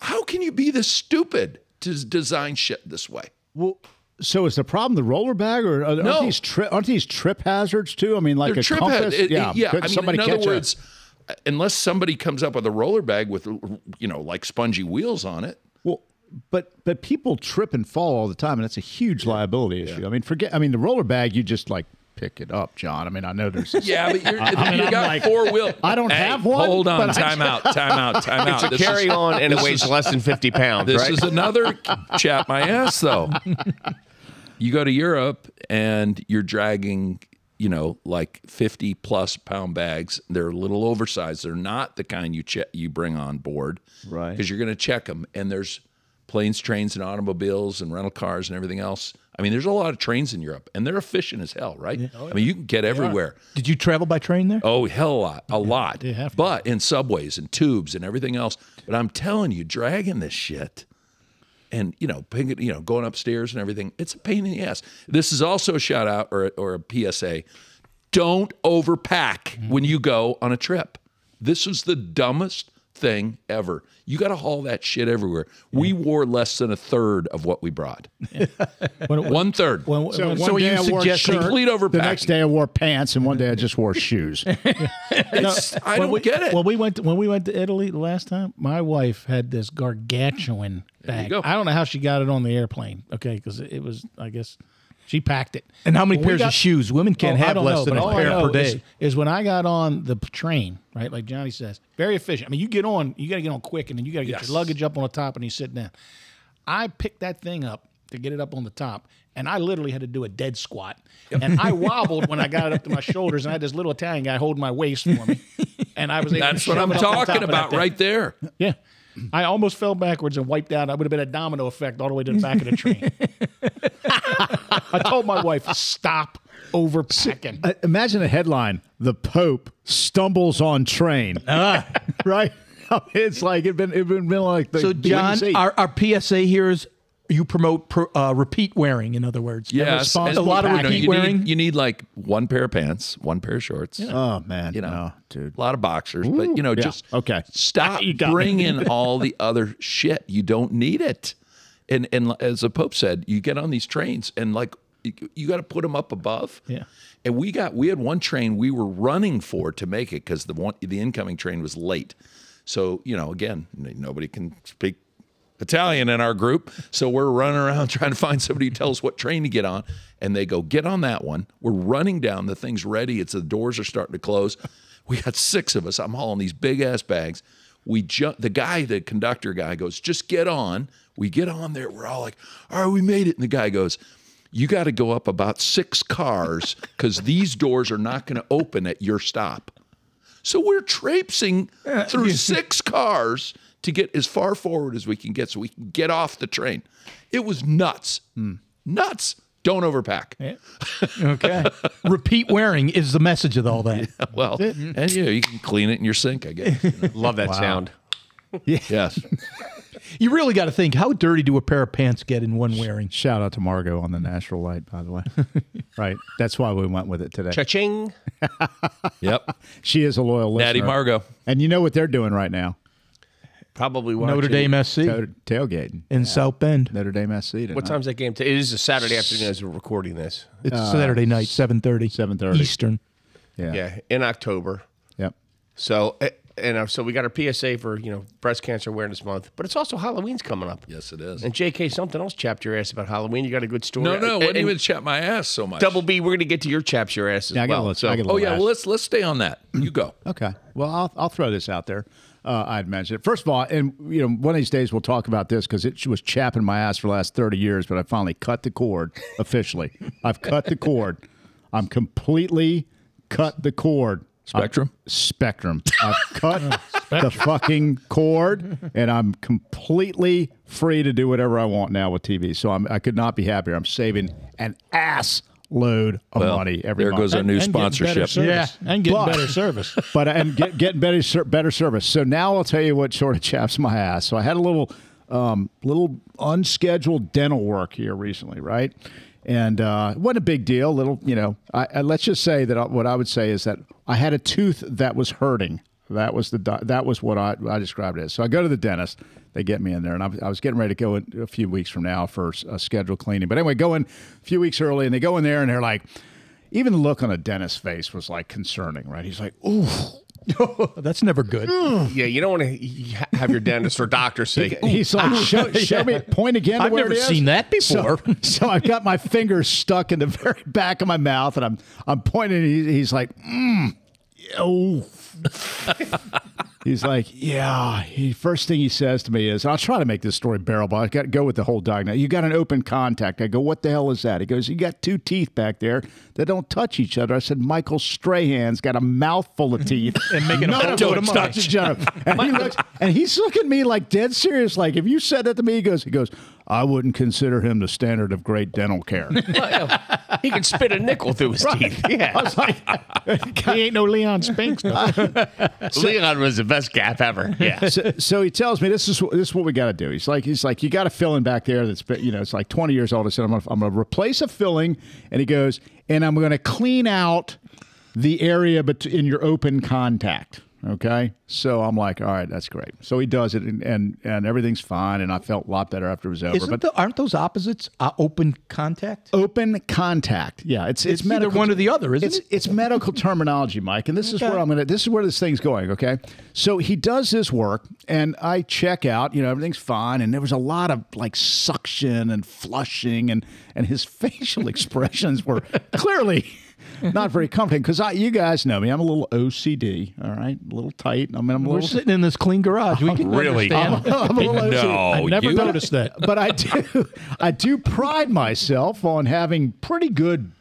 Speaker 1: how can you be this stupid to design shit this way
Speaker 6: Well, so is the problem the roller bag, or are,
Speaker 1: No.
Speaker 6: aren't these tri- aren't these trip hazards too? I mean, like
Speaker 1: They're
Speaker 6: a
Speaker 1: trip
Speaker 6: compass.
Speaker 1: hazard- it- it- yeah,
Speaker 6: could
Speaker 1: I mean,
Speaker 6: somebody
Speaker 1: in other
Speaker 6: catch a-
Speaker 1: words, uh, unless somebody comes up with a roller bag with you know like spongy wheels on it,
Speaker 6: Well, but but people trip and fall all the time, and that's a huge liability issue. I mean, forget. I mean, the roller bag, you just like pick it up, John. I mean, I know there's. this-
Speaker 1: Yeah, but you're, you
Speaker 6: I'm
Speaker 1: got
Speaker 6: like,
Speaker 1: four wheel.
Speaker 6: I don't have one,
Speaker 1: Hold on,
Speaker 6: but I-
Speaker 1: time out, time out, time out. This,
Speaker 2: Carry
Speaker 1: is,
Speaker 2: on, and it weighs less than fifty pounds.
Speaker 1: this
Speaker 2: right?
Speaker 1: is another chap my ass though. You go to Europe and you're dragging, you know, like fifty plus pound bags. They're a little oversized. They're not the kind you che- you bring on board, right? Because you're going to check them, and there's planes, trains, and automobiles, and rental cars, and everything else. I mean, there's a lot of trains in Europe, and they're efficient as hell, right? I mean, you can get everywhere.
Speaker 4: Did you travel by train there?
Speaker 1: Oh, hell, a lot, a lot. But in subways and tubes and everything else. But I'm telling you, dragging this shit, and you know, picking, you know, going upstairs and everything, it's a pain in the ass. This is also a shout out or or a PSA. Don't overpack
Speaker 6: Mm-hmm.
Speaker 1: when you go on a trip. This is the dumbest thing ever. You got to haul that shit everywhere. We wore less than a third of what we brought. One third.
Speaker 4: Uh,
Speaker 6: So, one
Speaker 4: so are
Speaker 6: day
Speaker 4: you
Speaker 6: I wore a
Speaker 4: suggesting-
Speaker 6: shirt,
Speaker 1: Complete
Speaker 6: The
Speaker 1: overpacking.
Speaker 6: next day I wore pants, and one day I just wore shoes.
Speaker 1: It's- I don't
Speaker 3: we,
Speaker 1: get it.
Speaker 3: When we went to, when we went to Italy the last time, my wife had this gargantuan bag.
Speaker 1: go.
Speaker 3: I don't know how she got it on the airplane. Okay, because it was I guess she packed it.
Speaker 4: And how many
Speaker 3: When we
Speaker 4: pairs of
Speaker 3: got-
Speaker 4: shoes? Women can't
Speaker 3: Oh, I
Speaker 4: have
Speaker 3: don't
Speaker 4: less
Speaker 3: know,
Speaker 4: than
Speaker 3: but
Speaker 4: a
Speaker 3: all I
Speaker 4: pair
Speaker 3: know
Speaker 4: per day.
Speaker 3: Is, is when I got on the p- train, right? Like Johnny says, very efficient. I mean, you get on, you got to get on quick, and then you got to get
Speaker 1: Yes.
Speaker 3: your luggage up on the top, and you sit down. I picked that thing up to get it up on the top, and I literally had to do a dead squat. And I wobbled when I got it up to my shoulders, and I had this little Italian guy holding my waist for me. And I was able
Speaker 1: That's
Speaker 3: to
Speaker 1: what
Speaker 3: shove
Speaker 1: I'm
Speaker 3: it up on top
Speaker 1: talking
Speaker 3: of that
Speaker 1: about
Speaker 3: thing.
Speaker 1: right there.
Speaker 3: Yeah. I almost fell backwards and wiped out. I would have been a domino effect all the way to the back of the train. I told my wife, stop overpacking.
Speaker 6: I- Imagine a headline: The Pope stumbles on train. right? It's like it'd been it'd been like the
Speaker 4: So,
Speaker 6: the BBC.
Speaker 4: John, our, our PSA here is you promote per, uh, repeat wearing, in other words.
Speaker 1: Yes, and-
Speaker 4: A lot of
Speaker 1: you know,
Speaker 4: repeat
Speaker 1: you
Speaker 4: wearing.
Speaker 1: Need, you need like one pair of pants, one pair of shorts.
Speaker 6: oh man,
Speaker 1: You know,
Speaker 6: no, dude.
Speaker 1: a lot of boxers, but you know, just
Speaker 6: okay.
Speaker 1: Stop
Speaker 3: You got me.
Speaker 1: bringing all the other shit. You don't need it. And and as the Pope said, you get on these trains and like you, you got to put them up above.
Speaker 3: Yeah.
Speaker 1: And we got we had one train we were running for to make it because the one the incoming train was late. So you know, again, n- nobody can speak Italian in our group. So we're running around trying to find somebody who tells us what train to get on. And they go, get on that one. We're running down. The thing's ready. It's the doors are starting to close. We got six of us. I'm hauling these big ass bags. We jump. The guy, the conductor guy, goes, just get on. We get on there. We're all like, all right, we made it. And the guy goes, you got to go up about six cars because these doors are not going to open at your stop. So we're traipsing through six cars to get as far forward as we can get so we can get off the train. It was nuts. Nuts. Don't overpack.
Speaker 4: okay. repeat wearing is the message of all that.
Speaker 1: Well, and you, know, you can clean it in your sink, I guess. you know.
Speaker 2: Love that sound.
Speaker 1: yes.
Speaker 4: You really got to think how dirty do a pair of pants get in one wearing?
Speaker 6: Shout out to Margot on the National Light, by the way. right, that's why we went with it today.
Speaker 2: Cha-ching.
Speaker 1: Yep.
Speaker 6: She is a loyal listener.
Speaker 1: Natty Margot.
Speaker 6: And you know what they're doing right now?
Speaker 2: Probably watching.
Speaker 4: Notre Dame SC
Speaker 6: Tail- Tailgating.
Speaker 4: in South Bend.
Speaker 6: Notre Dame SC tonight.
Speaker 2: What time's that game? T- it is a Saturday afternoon as we're recording this.
Speaker 4: It's Saturday night, 7.30.
Speaker 6: 7:30.
Speaker 4: Eastern.
Speaker 6: Yeah.
Speaker 2: Yeah, in October.
Speaker 6: Yep.
Speaker 2: So eh, and uh, so we got our PSA for you know breast cancer awareness month, but it's also Halloween's coming up.
Speaker 1: Yes, it is.
Speaker 2: And JK, something else chapped your ass about Halloween. You got a good story.
Speaker 1: No, no,
Speaker 2: And-
Speaker 1: wouldn't
Speaker 2: and
Speaker 1: even chat my ass so much.
Speaker 2: Double B, we're gonna get to your chaps your ass as
Speaker 6: Yeah, I got a
Speaker 2: well.
Speaker 6: little-
Speaker 2: So
Speaker 6: I got a
Speaker 1: Oh yeah,
Speaker 6: Last.
Speaker 1: well, let's let's stay on that. You go.
Speaker 6: Okay. Well, I'll, I'll throw this out there. Uh, I'd mentioned it. First of all, and you know, one of these days we'll talk about this because it was chapping my ass for the last thirty years, but I finally cut the cord officially. I've cut the cord. I'm completely cut the cord.
Speaker 1: Spectrum?
Speaker 6: I'm- spectrum. I've cut the fucking cord, and I'm completely free to do whatever I want now with TV. So I'm, I could not be happier. I'm saving an ass load of money every
Speaker 1: there
Speaker 6: month.
Speaker 1: goes our new
Speaker 3: And getting better
Speaker 1: sponsorship.
Speaker 3: service. and getting
Speaker 6: But-
Speaker 3: better service.
Speaker 6: but I'm get, getting better ser- better service. So now I'll tell you what sort of chaps my ass. So I had a little um, little unscheduled dental work here recently, right? And uh, what a big deal. Little, you know, I, I, let's just say that I, what I would say is that I had a tooth that was hurting. That was the di- that was what I, I described it as. So I go to the dentist. They get me in there, and I, was- I was getting ready to go in a few weeks from now for s- a scheduled cleaning. But anyway, go in a few weeks early, and they go in there, and they're like, even the look on a dentist's face was like concerning, right? He's like, "Ooh,
Speaker 4: That's never good.
Speaker 2: yeah, you don't want to have your dentist or doctor say,
Speaker 6: he's like, show, show me, point again. To
Speaker 4: I've
Speaker 6: where
Speaker 4: never
Speaker 6: it is."
Speaker 4: seen that before.
Speaker 6: So, so I've got my fingers stuck in the very back of my mouth, and I'm I'm pointing. And he, he's like, mm, oh. he's like, yeah. He first thing he says to me is, and I'll try to make this story bearable. I got to go with the whole diagnosis. You got an open contact. I go, what the hell is that? He goes, you got two teeth back there that don't touch each other. I said, Michael Strahan's got a mouthful of teeth and making
Speaker 4: a boatload of money.
Speaker 6: Dr. Jenner. And, he looks, and he's looking at me like dead serious. Like if you said that to me, he goes, he goes, I wouldn't consider him the standard of great dental care.
Speaker 2: he can spit a nickel through his teeth.
Speaker 6: I
Speaker 2: Yeah,
Speaker 6: was like,
Speaker 3: he ain't no Leon Spinks. No.
Speaker 2: Leon was the best gap ever. Yeah,
Speaker 6: so, so he tells me this is wh- this is what we got to do. He's like he's like you got a filling back there that's been, you know it's like 20 years old. I said I'm gonna, I'm gonna replace a filling, and he goes and I'm gonna clean out the area bet- in your open contact. Okay, so I'm like, all right, that's great. So he does it, and and, and everything's fine, and I felt a lot better after it was over.
Speaker 4: Isn't
Speaker 6: but
Speaker 4: the- aren't those opposites uh, open contact?
Speaker 6: open contact, yeah, it's
Speaker 4: It's
Speaker 6: it's,
Speaker 4: either
Speaker 6: medical
Speaker 4: one or the other, isn't
Speaker 6: it's,
Speaker 4: it?
Speaker 6: It's medical terminology, Mike, and this is
Speaker 4: Okay.
Speaker 6: where I'm gonna. This is where this thing's going. Okay, so he does his work, and I check out. You know, everything's fine, and there was a lot of like suction and flushing, and and his facial expressions were clearly. Not very comforting because I, you guys know me. I'm a little OCD, all right, a little tight. I mean, I'm a
Speaker 4: We're
Speaker 6: little.
Speaker 4: sitting in this clean garage. We can
Speaker 1: Really?
Speaker 4: understand.
Speaker 6: I'm a little OCD
Speaker 1: No,
Speaker 3: I never
Speaker 1: Oh, you-
Speaker 3: noticed that.
Speaker 6: but I do I do pride myself on having pretty good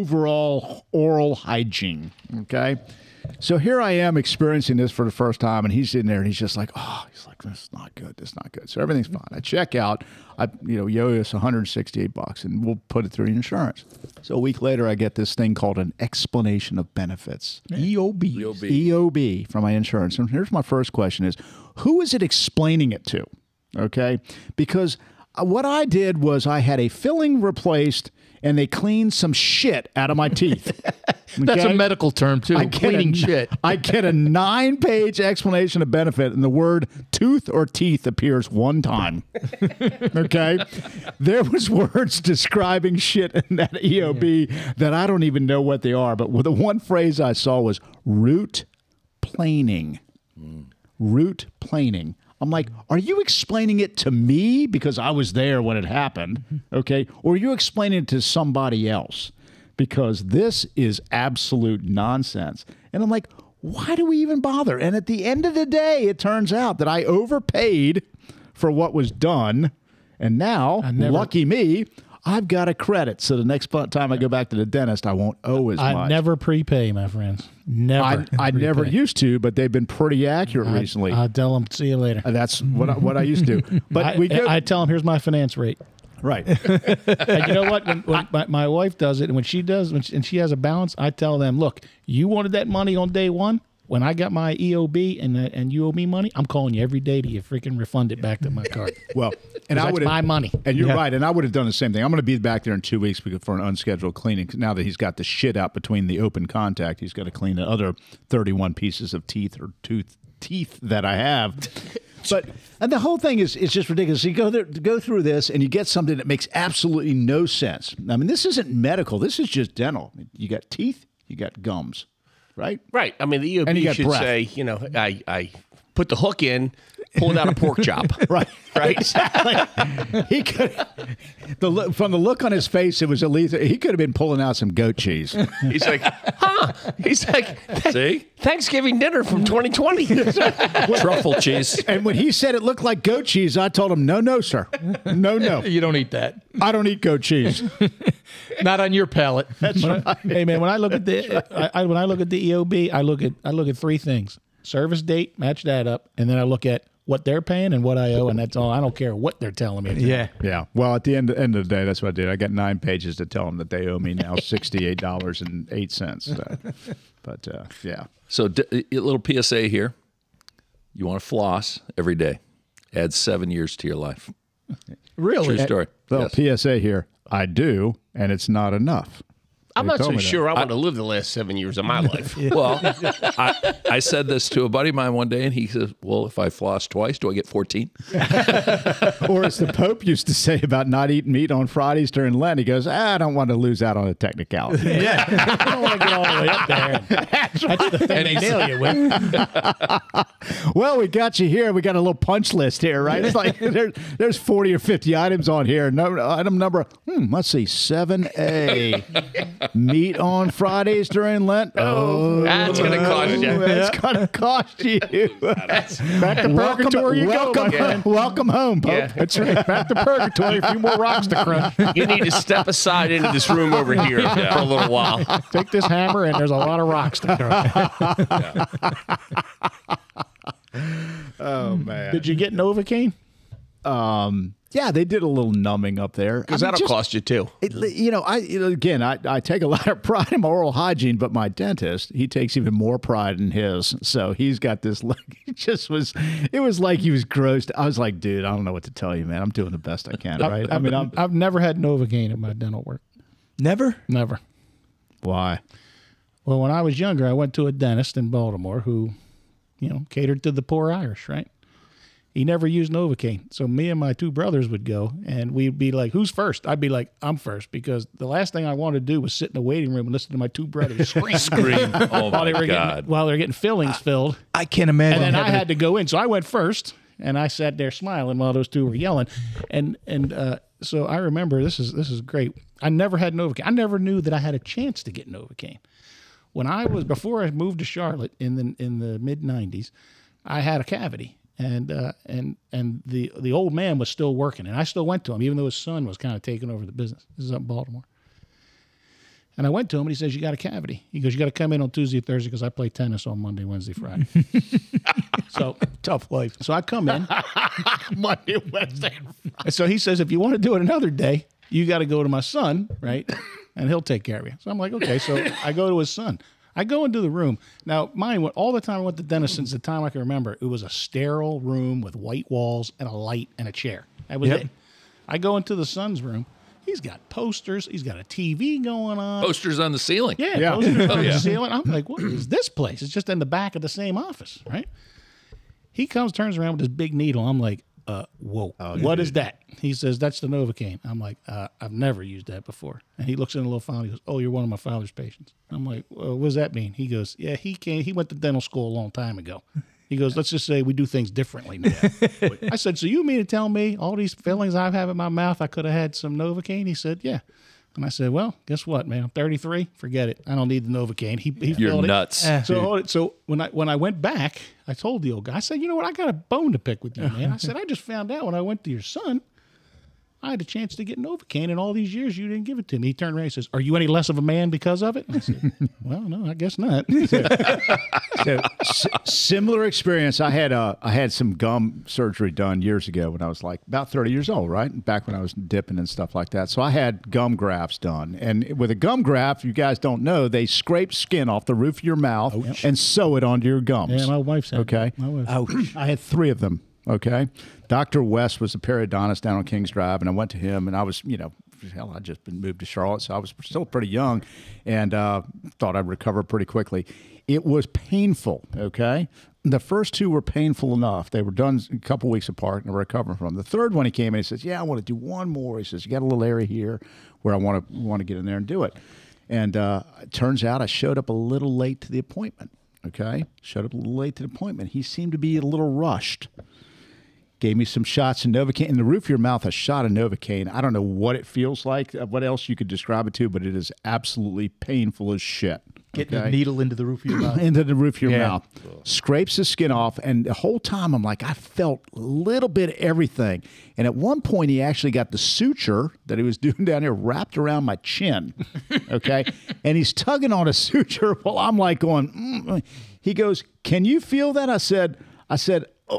Speaker 6: overall oral hygiene. Okay. So here I am experiencing this for the first time, and he's in there, and he's just like, "Oh, he's like, this is not good. This is not good." So everything's fine. I check out. I, you know, yo, it's 168 bucks, and we'll put it through your insurance. So a week later, I get this thing called an explanation of benefits. E
Speaker 4: EOB.
Speaker 6: EOB from my insurance. And here's my first question is who is it explaining it to? Okay? Because uh, what I did was I had a filling replaced and they cleaned some shit out of my teeth.
Speaker 4: That's a
Speaker 6: Okay?
Speaker 4: medical term too.
Speaker 6: I get
Speaker 4: Cleaning
Speaker 6: a,
Speaker 4: shit.
Speaker 6: I get a nine page explanation of benefit, and the word tooth or teeth appears one time. okay? There was words describing shit in that EOB that I don't even know what they are, but the one phrase I saw was root planing. Root planing. I'm like, are you explaining it to me because I was there when it happened? Okay. Or are you explaining it to somebody else? Because this is absolute nonsense. And I'm like, why do we even bother? And at the end of the day, it turns out that I overpaid for what was done. And now, lucky me, I've got a credit. So the next bu- time I go back to the dentist, I won't owe as
Speaker 3: I
Speaker 6: much.
Speaker 3: never prepay, my friends. Never.
Speaker 6: I, I never
Speaker 3: prepay.
Speaker 6: used to, but they've been pretty accurate recently.
Speaker 3: I tell them, see you later.
Speaker 6: Uh, That's what I, what I used to. But
Speaker 3: I,
Speaker 6: we go
Speaker 3: I tell them, here's my finance rate.
Speaker 6: right.
Speaker 3: And you know what? When, when my, my wife does it, and when she does, when she, and she has a balance, I tell them, look, you wanted that money on day one. When I got my EOB and uh, and you owe me money, I'm calling you every day to you freaking refund it back to my card.
Speaker 6: Well, and I
Speaker 3: that's
Speaker 6: would
Speaker 3: my money.
Speaker 6: And you're right. And I would have done the same thing. I'm going to be back there in two weeks because for an unscheduled cleaning. 'cause Now that he's got the shit out between the open contact, he's got to clean the other 31 pieces of teeth or tooth teeth that I have. But and the whole thing is it's just ridiculous. You go there, go through this, and you get something that makes absolutely no sense. I mean, this isn't medical. This is just dental. You got teeth. You got gums. right?
Speaker 2: Right. I mean, the EOB
Speaker 6: And you got
Speaker 2: should
Speaker 6: breath.
Speaker 2: say, you know, I, I put the hook in, pulled out a pork chop.
Speaker 6: Right.
Speaker 2: Right.
Speaker 6: He could the look, from the look on his face, it was a lethal. He could have been pulling out some goat cheese.
Speaker 2: He's like, huh? He's like,
Speaker 1: See?
Speaker 2: Thanksgiving dinner from 2020.
Speaker 1: Truffle cheese.
Speaker 6: and when he said it looked like goat cheese, I told him, "No, no, sir, no, no,
Speaker 4: You don't eat that.
Speaker 6: I don't eat goat cheese."
Speaker 4: Not on your palate.
Speaker 3: hey man, when I look at the I, I, when I look at the EOB, I look at I look at three things: service date, match that up, and then I look at what they're paying and what I owe, and that's all. I don't care what they're telling me.
Speaker 4: yeah.
Speaker 6: Yeah. Well, at the end end of the day, that's what I did. I got nine pages to tell them that they owe me now sixty eight dollars and eight cents. but uh, yeah,
Speaker 1: So, d- a little PSA here. You want to floss every day. Adds seven years to your life.
Speaker 4: Really?
Speaker 1: True story.
Speaker 6: little
Speaker 1: Yes.
Speaker 6: PSA here. I do, and it's not enough.
Speaker 2: I'm
Speaker 6: They
Speaker 2: not
Speaker 6: told
Speaker 2: so
Speaker 6: me that.
Speaker 2: sure I want to live the last seven years of my life.
Speaker 1: Well, I, I said this to a buddy of mine one day, and he says, Well, if I floss twice, do I get 14?
Speaker 6: Or as the Pope used to say about not eating meat on Fridays during Lent, he goes, "Ah, "I don't want to lose out on a technicality."
Speaker 3: I don't want to get all the way up there. That's, the thing they nail you with.
Speaker 6: well, we got you here. We got a little punch list here, right? It's like there, there's forty or fifty items on here. No, item number, hmm, let's see, seven A. meat on Fridays during Lent. Oh,
Speaker 2: That's going to cost you.
Speaker 6: That's gonna cost you. Back to
Speaker 3: purgatory you go,
Speaker 6: welcome,
Speaker 3: my
Speaker 6: home, welcome home, Pope.
Speaker 2: Yeah.
Speaker 3: That's right. Back to purgatory. A few more rocks to crunch.
Speaker 2: You need to step aside into this room over here for a little while.
Speaker 3: Take this hammer, and there's a lot of rocks to crunch.
Speaker 6: Oh man.
Speaker 3: Did you get Novocaine?
Speaker 6: Um, yeah, they did a little numbing up there.
Speaker 2: Because
Speaker 6: I mean,
Speaker 2: that'll
Speaker 6: just-
Speaker 2: cost you too.
Speaker 6: It, you know, I you know, again, I, I take a lot of pride in my oral hygiene, but my dentist, he takes even more pride in his. So he's got this. Like, it just was, it was like he was grossed. I was like, dude, I don't know what to tell you, man. I'm doing the best I can, right? I mean, I'm
Speaker 3: I've never had Novocaine in my dental work.
Speaker 4: Never?
Speaker 3: Never.
Speaker 6: why?
Speaker 3: Well, when I was younger, I went to a dentist in Baltimore who, you know, catered to the poor Irish, right? He never used Novocaine. So me and my two brothers would go and we'd be like, who's first? I'd be like, I'm first because the last thing I wanted to do was sit in the waiting room and listen to my two brothers scream
Speaker 1: Green. Oh,
Speaker 3: while
Speaker 1: my
Speaker 3: they were
Speaker 1: God.
Speaker 3: getting while they were getting fillings filled.
Speaker 4: I can't imagine.
Speaker 3: And then I
Speaker 4: having-
Speaker 3: had to go in. So I went first and I sat there smiling while those two were yelling. And and uh, so I remember this is this is great. I never had Novocaine. I never knew that I had a chance to get Novocaine. When I was before I moved to Charlotte in the in the mid nineties, I had a cavity. And uh, and and the the old man was still working, and I still went to him, even though his son was kind of taking over the business. This is up in Baltimore. And I went to him, and he says, "You got a cavity." He goes, "You got to come in on Tuesday, Thursday, because I play tennis on Monday, Wednesday, Friday." so
Speaker 4: tough life.
Speaker 3: so I come in Monday, Wednesday. And so he says, if you want to do it another day, you got to go to my son, right? And he'll take care of you. So I'm like, okay. So I go to his son. I go into the room. Now, mind you, all the time I went to dentist since the time I can remember, it was a sterile room with white walls and a light and a chair. That was it. I go into the son's room. He's got posters. He's got a TV going on.
Speaker 1: Posters on the ceiling.
Speaker 3: Yeah,
Speaker 6: Yeah.
Speaker 3: those are
Speaker 1: Oh,
Speaker 3: on
Speaker 1: yeah.
Speaker 3: the ceiling. I'm like, what is this place? It's just in the back of the same office, right? He comes, turns around with this big needle. I'm like, uh, whoa, what is that? He says, that's the Novocaine. I'm like, uh, I've never used that before. And he looks in a little file. And he goes, oh, you're one of my father's patients. I'm like, well, what does that mean? He goes, yeah, he came. He went to dental school a long time ago. He goes, let's just say we do things differently now. I said, so you mean to tell me all these fillings I've had in my mouth, I could have had some Novocaine? He said, yeah. And I said, well, guess what, man? I'm 33. Forget it. I don't need the Novocaine. He, he
Speaker 1: You're
Speaker 3: filled it.
Speaker 1: nuts.
Speaker 4: uh,
Speaker 3: So hold it. So when I when I went back, I told the old guy. I said, you know what? I got a bone to pick with you, man. I said, I just found out when I went to your son, I had a chance to get Novocaine, and all these years you didn't give it to me. He turned around and says, "Are you any less of a man because of it?" And I said, "Well, no, I guess not."
Speaker 6: so, s- similar experience. I had uh, I had some gum surgery done years ago when I was like about 30 years old, right? Back when I was dipping and stuff like that. So I had gum grafts done, and with a gum graft, you guys don't know, they scrape skin off the roof of your mouth and sew it onto your gums.
Speaker 3: Yeah, my wife's had
Speaker 6: okay.
Speaker 3: that. My
Speaker 1: Uh,
Speaker 3: wife.
Speaker 6: I had three of them. Okay. Dr. West was a periodontist down on Kings Drive, and I went to him, and I was, you know, hell, I'd just been moved to Charlotte, so I was still pretty young and uh, thought I'd recover pretty quickly. It was painful. Okay. The first two were painful enough. They were done a couple weeks apart and I recovered from. them. The third one, he came in and says, Yeah, I want to do one more. He says, You got a little area here where I want to want to get in there and do it. And uh, it turns out I showed up a little late to the appointment. Okay. Showed up a little late to the appointment. He seemed to be a little rushed. Gave me some shots of Novocaine. In the roof of your mouth, a shot of Novocaine. I don't know what it feels like, uh, what else you could describe it to, but it is absolutely painful as shit.
Speaker 4: Getting
Speaker 6: okay?
Speaker 4: a needle into the roof of your mouth.
Speaker 6: into the roof of your mouth. Scrapes the skin off, and the whole time I'm like, I felt a little bit of everything. And at one point, he actually got the suture that he was doing down here wrapped around my chin. Okay, and he's tugging on a suture while I'm like going. Mm. He goes, "Can you feel that?" I said, "I said a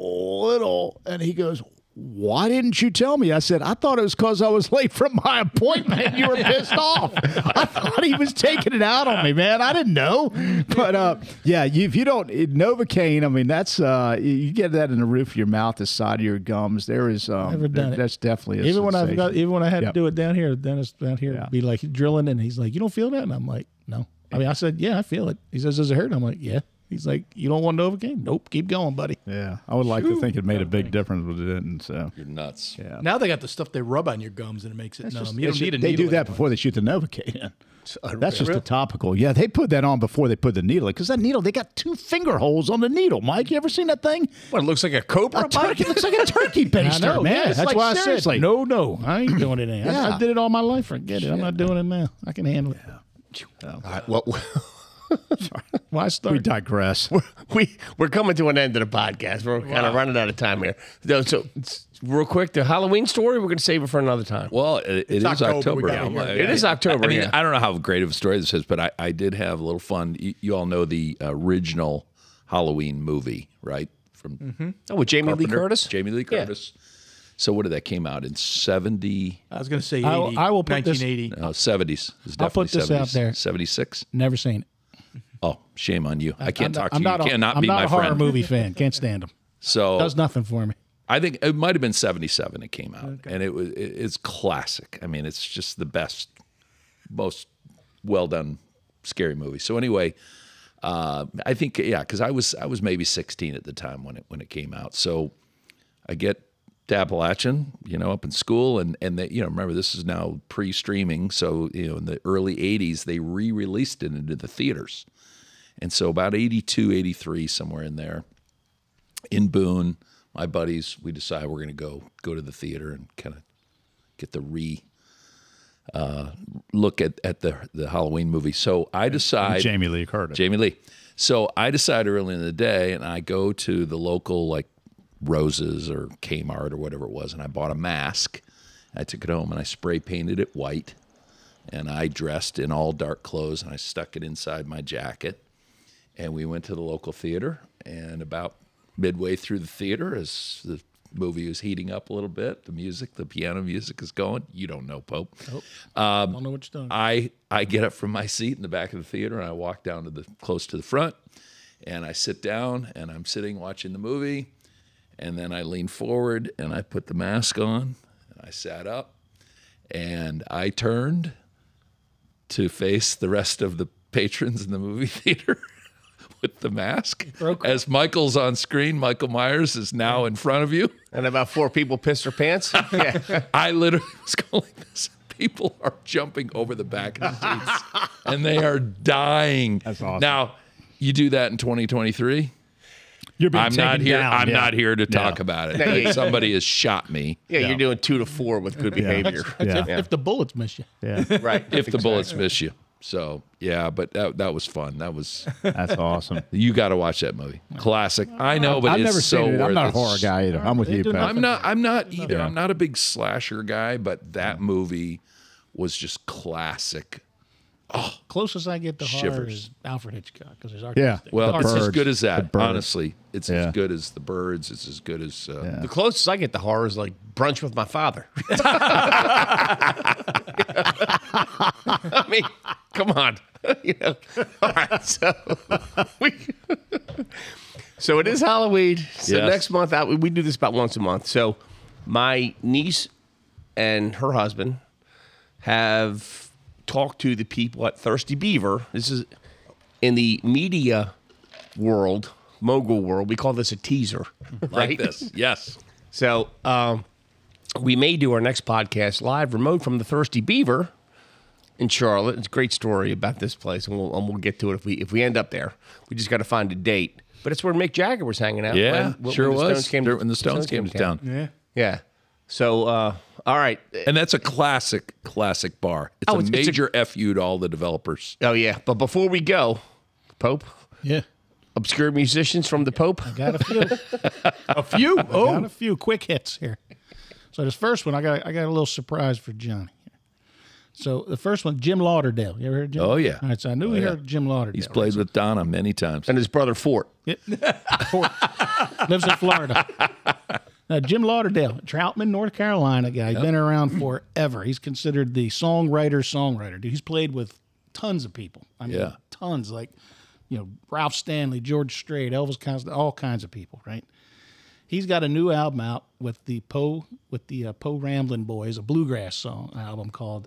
Speaker 6: little," and he goes. Why didn't you tell me? I said, I thought it was because I was late from my appointment and you were pissed off. I thought he was taking it out on me, man. I didn't know. But uh, yeah, you, if you don't, it- Novocaine, I mean, that's, uh, you- you get that in the roof of your mouth, the side of your gums. There is, um,
Speaker 3: Never done it.
Speaker 6: that's definitely a
Speaker 3: even when I
Speaker 6: sensation.
Speaker 3: got, even when I had
Speaker 6: Yep.
Speaker 3: to do it down here, Dennis down here would be like drilling, and he's like, "You don't feel that?" And I'm like, "No." I mean, I said, "Yeah, I feel it." He says, "Does it hurt?" I'm like, "Yeah." He's like, "You don't want to overcame?" Nope. Keep going, buddy.
Speaker 6: Yeah, I would like to think it made a big difference, but it didn't. So
Speaker 1: You're nuts. Yeah.
Speaker 4: Now they got the stuff they rub on your gums and it makes it numb. you don't need a
Speaker 6: they
Speaker 4: needle
Speaker 6: do that
Speaker 4: anymore.
Speaker 6: before they shoot the Novocaine. in. That's just a topical. Yeah, they put that on before they put the needle because that needle, they got two finger holes on the needle. Mike, you ever seen that thing?
Speaker 2: What, it looks like a cobra?
Speaker 6: A turkey looks like a turkey baster, man.
Speaker 3: yeah,
Speaker 6: It's
Speaker 3: that's
Speaker 6: like,
Speaker 3: why
Speaker 6: seriously.
Speaker 3: I said, "No, no, I ain't doing it." Now. I,
Speaker 6: Yeah.
Speaker 3: I did it all my life. Forget it. I'm not doing it now. I can handle it.
Speaker 2: All right, well,
Speaker 3: Why
Speaker 6: We
Speaker 3: start?
Speaker 6: digress.
Speaker 2: we we're coming to an end of the podcast. We're kind of running out of time here. So, so it's- real quick, the Halloween story we're going to save it for another time.
Speaker 1: Well, it, it is
Speaker 7: October,
Speaker 1: October.
Speaker 7: we gotta
Speaker 1: I'm
Speaker 7: hear it.
Speaker 1: like-
Speaker 2: It is October,
Speaker 1: I mean,
Speaker 2: yeah.
Speaker 1: I don't know how great of a story this is, but I, I did have a little fun. You, you all know the original Halloween movie, right? From
Speaker 2: oh, with Jamie Lee
Speaker 1: Carpenter.
Speaker 2: Curtis.
Speaker 1: Jamie Lee
Speaker 2: Yeah.
Speaker 1: Curtis. So what did that came out in 70,
Speaker 4: I was going to say 80,
Speaker 3: I will- I will put this-
Speaker 4: 1980.
Speaker 1: no, 70s. It was
Speaker 3: I'll put
Speaker 1: uh, definitely
Speaker 3: this out
Speaker 1: 70s.
Speaker 3: there.
Speaker 1: 76.
Speaker 3: Never seen it.
Speaker 1: Oh, shame on you. I can't
Speaker 3: I'm
Speaker 1: talk
Speaker 3: not-
Speaker 1: to you. you
Speaker 3: I'm not a-
Speaker 1: cannot
Speaker 3: I'm
Speaker 1: be
Speaker 3: not
Speaker 1: my
Speaker 3: a horror
Speaker 1: friend.
Speaker 3: movie fan. Can't stand them.
Speaker 1: So
Speaker 3: Does nothing for me.
Speaker 1: I think it might have been 77 it came out. And it was it, it's classic. I mean, it's just the best most well done scary movie. So anyway, uh, I think yeah, cuz I was I was maybe 16 at the time when it when it came out. So I get to Appalachian, you know, up in school, and and they, you know, remember this is now pre-streaming, so you know, in the early '80s they re-released it into the theaters, and so about '82, '83, somewhere in there, in Boone, my buddies, we decide we're going to go go to the theater and kind of get the re uh, look at at the the Halloween movie. So I decide
Speaker 6: Jamie Lee Curtis.
Speaker 1: Jamie Lee. So I decide early in the day, and I go to the local like Roses or Kmart or whatever it was, and I bought a mask. I took it home and I spray painted it white, and I dressed in all dark clothes and I stuck it inside my jacket, and we went to the local theater. And about midway through the theater, as the movie was heating up a little bit, the music, the piano music is going. You don't know Pope.
Speaker 3: I don't know what you're doing.
Speaker 1: I I get up from my seat in the back of the theater and I walk down to the close to the front and I sit down and I'm sitting watching the movie and then I lean forward and I put the mask on and I sat up and I turned to face the rest of the patrons in the movie theater with the mask as Michael's on screen Michael Myers is now in front of you
Speaker 2: And about four people pissed their pants. yeah.
Speaker 1: I literally was going like this. People are jumping over the back of the seats and they are dying. That's
Speaker 6: awesome.
Speaker 1: Now, you do that in 2023.
Speaker 6: You're being
Speaker 1: I'm not
Speaker 6: taken
Speaker 1: here.
Speaker 6: down,
Speaker 1: I'm
Speaker 6: yeah.
Speaker 1: not here to
Speaker 6: No.
Speaker 1: talk about it.
Speaker 2: No, yeah,
Speaker 1: Like,
Speaker 2: yeah.
Speaker 1: somebody has shot me.
Speaker 2: yeah, you're doing two to four with good behavior.
Speaker 6: Yeah.
Speaker 3: If, if the bullets miss you,
Speaker 6: Yeah,
Speaker 2: Right.
Speaker 1: If the bullets miss you. So yeah, but that, that was fun. That was
Speaker 6: that's awesome.
Speaker 1: you got to watch that movie. Classic. I know, but
Speaker 6: I've
Speaker 1: it's
Speaker 6: never
Speaker 1: so
Speaker 6: seen it.
Speaker 1: worth
Speaker 6: I'm not a
Speaker 1: it.
Speaker 6: horror guy either. I'm with you,
Speaker 3: do
Speaker 6: Pat.
Speaker 1: I'm not. I'm not either. I'm not a big slasher guy, but that movie was just classic.
Speaker 3: closest I get to horror
Speaker 1: Shivers.
Speaker 3: is Alfred Hitchcock because there's
Speaker 6: Yeah.
Speaker 3: artistic.
Speaker 1: Well,
Speaker 6: The
Speaker 1: it's as
Speaker 6: birds.
Speaker 1: good as
Speaker 6: The
Speaker 1: that.
Speaker 6: birds.
Speaker 1: Honestly, it's
Speaker 6: Yeah.
Speaker 1: as good as the birds. It's as good as uh,
Speaker 2: The closest I get to horror is like brunch with my father. I mean, come on. you know. All right, so we. so it is Halloween. So
Speaker 1: Yes.
Speaker 2: next month, out we do this about once a month. So my niece and her husband have talked to the people at Thirsty Beaver. This is in the media world, mogul world. We call this a teaser,
Speaker 1: like
Speaker 2: right?
Speaker 1: this. Yes,
Speaker 2: So um, we may do our next podcast live remote from the Thirsty Beaver in Charlotte. It's a great story about this place, and we'll, and we'll get to it if we if we end up there. We just got to find a date. But it's where Mick Jagger was hanging out.
Speaker 1: Yeah,
Speaker 2: when- when
Speaker 1: sure
Speaker 2: the
Speaker 1: was.
Speaker 2: Stones came-
Speaker 1: During- when the Stones, came to town.
Speaker 3: Yeah.
Speaker 2: Yeah. So, uh, all right.
Speaker 1: And that's a classic, classic bar. It's
Speaker 2: Oh,
Speaker 1: a
Speaker 2: it's- it's a-
Speaker 1: major FU to all the developers.
Speaker 2: Oh yeah. But before we go, Pope,
Speaker 3: Yeah.
Speaker 2: obscure musicians from the Pope.
Speaker 3: Got a few. a few. Oh, got a few quick hits here. So this first one, I got I got a little surprise for Johnny. here. So the first one, Jim Lauderdale. You ever heard of Jim?
Speaker 1: Oh, yeah.
Speaker 3: All right, so I knew we
Speaker 1: yeah.
Speaker 3: heard Jim Lauderdale.
Speaker 1: He's played with Donna many times.
Speaker 2: And his brother Fort.
Speaker 3: lives in Florida. Now, Jim Lauderdale, Troutman, North Carolina guy. He's been around forever. He's considered the songwriter, songwriter. Dude, he's played with tons of people. I mean,
Speaker 1: Yeah.
Speaker 3: tons like, you know, Ralph Stanley, George Strait, Elvis Costello, all kinds of people, right? He's got a new album out with the Poe with the uh, Poe Ramblin' Boys, a bluegrass song album called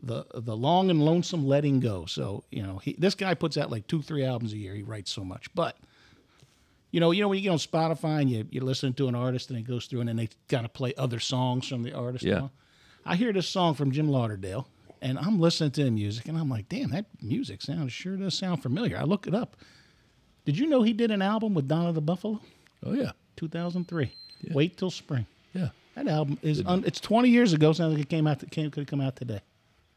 Speaker 3: the the Long and Lonesome Letting Go. So you know, he, this guy puts out like two, three albums a year. He writes so much, but you know, you know when you get on Spotify and you you listen to an artist and it goes through and then they kind of play other songs from the artist. and
Speaker 1: Yeah.
Speaker 3: all. I hear this song from Jim Lauderdale and I'm listening to the music and I'm like, damn, that music sounds sure does sound familiar. I look it up. Did you know he did an album with Donna the Buffalo,
Speaker 1: Oh yeah,
Speaker 3: 2003? Wait till spring.
Speaker 1: yeah,
Speaker 3: That album is un, it's 20 years ago. Sounds like it came out. It came, could have come out today.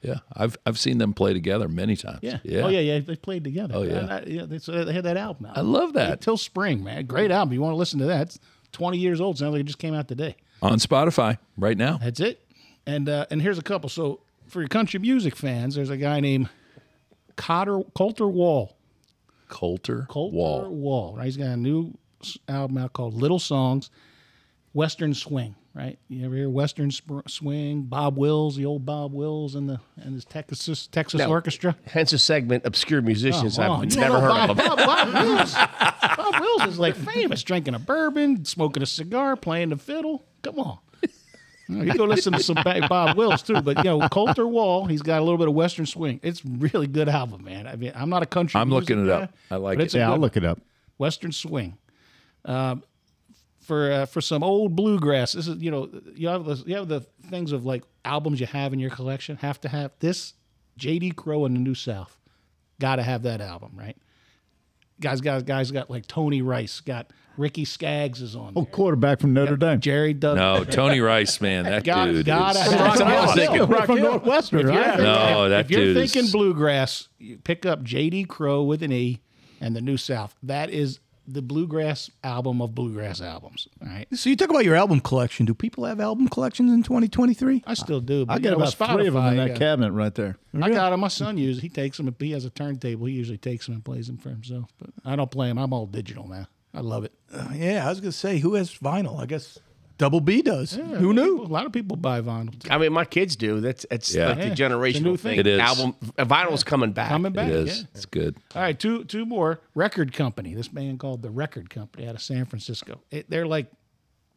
Speaker 1: yeah. I've I've seen them play together many times. yeah. Oh,
Speaker 3: Oh yeah, yeah. They played together.
Speaker 1: yeah.
Speaker 3: And I- yeah they, so they had that album out.
Speaker 1: I love
Speaker 3: Wait
Speaker 1: that
Speaker 3: uh, till spring, man. Great album. You want to listen to that? It's 20 years old. Sounds like it just came out today.
Speaker 1: on Spotify right now.
Speaker 3: That's it. And uh, and here's a couple. So for your country music fans, there's a guy named Cotter Coulter Wall.
Speaker 1: Coulter,
Speaker 3: Coulter Wall.
Speaker 1: Wall.
Speaker 3: right? He's got a new s- album out called Little Songs, Western Swing, right? You ever hear Western sp- Swing? Bob Wills, the old Bob Wills, and the and his Texas Texas
Speaker 2: No.
Speaker 3: Orchestra.
Speaker 2: Hence a segment obscure musicians
Speaker 3: Oh, you
Speaker 2: I've
Speaker 3: don't
Speaker 2: never
Speaker 3: know
Speaker 2: heard
Speaker 3: Bob,
Speaker 2: of them.
Speaker 3: Bob, Bob Wills. Bob Wills is like famous, drinking a bourbon, smoking a cigar, playing the fiddle. Come on. You can go listen to some ba- Bob Wills too, but you know Coulter Wall, he's got a little bit of Western swing. It's really good album, man. I mean, I'm not a country.
Speaker 1: I'm
Speaker 3: music
Speaker 1: looking it
Speaker 3: guy,
Speaker 1: up. I like
Speaker 3: but
Speaker 1: it.
Speaker 3: It's a
Speaker 6: Yeah, I'll
Speaker 3: good
Speaker 6: look it up.
Speaker 3: Western swing. Um, for uh, for some old bluegrass, this is you know you have the you have the things of like albums you have in your collection have to have this J.D. Crowe and the New South, got to have that album right. Guys, guys, guys got like Tony Rice, got Ricky Skaggs is on, there.
Speaker 6: Quarterback from Notre Dame.
Speaker 3: Jerry Doug.
Speaker 1: Oh. No, Tony Rice, man, that
Speaker 3: Got,
Speaker 1: dude.
Speaker 3: gotta
Speaker 1: is-
Speaker 3: have
Speaker 1: That's what I was
Speaker 3: Rock Hill.
Speaker 1: thinking.
Speaker 3: Rock
Speaker 6: From
Speaker 3: Hill.
Speaker 6: Northwestern,
Speaker 3: If you're-
Speaker 6: right?
Speaker 1: No,
Speaker 3: if-
Speaker 1: that
Speaker 3: if you're
Speaker 1: dude is-
Speaker 3: thinking bluegrass, you pick up J.D. Crowe with an E and the New South. That is the bluegrass album of bluegrass albums. All right,
Speaker 4: So you talk about your album collection. Do people have album collections in 2023?
Speaker 3: I still do. But
Speaker 6: I got
Speaker 3: you know,
Speaker 6: about three of them in
Speaker 3: Spotify,
Speaker 6: that
Speaker 3: uh,
Speaker 6: cabinet right there.
Speaker 3: I got them. My son uses. He takes them. He has a turntable. He usually takes them and plays them for himself. But I don't play them. I'm all digital now. I love it.
Speaker 4: Uh, yeah, I was gonna say who has vinyl. I guess Double B does. who
Speaker 3: A
Speaker 4: knew?
Speaker 3: lot of people buy vinyl.
Speaker 2: I mean, my kids do. That's it's
Speaker 1: Yeah.
Speaker 2: like the
Speaker 1: Yeah.
Speaker 2: generational
Speaker 3: new
Speaker 2: thing.
Speaker 3: thing.
Speaker 1: It is.
Speaker 2: Album vinyl's coming back.
Speaker 3: Coming back.
Speaker 1: It
Speaker 3: yeah.
Speaker 1: is. It's good.
Speaker 3: All right, two two more. Record company. This band called the Record Company out of San Francisco. It, they're like,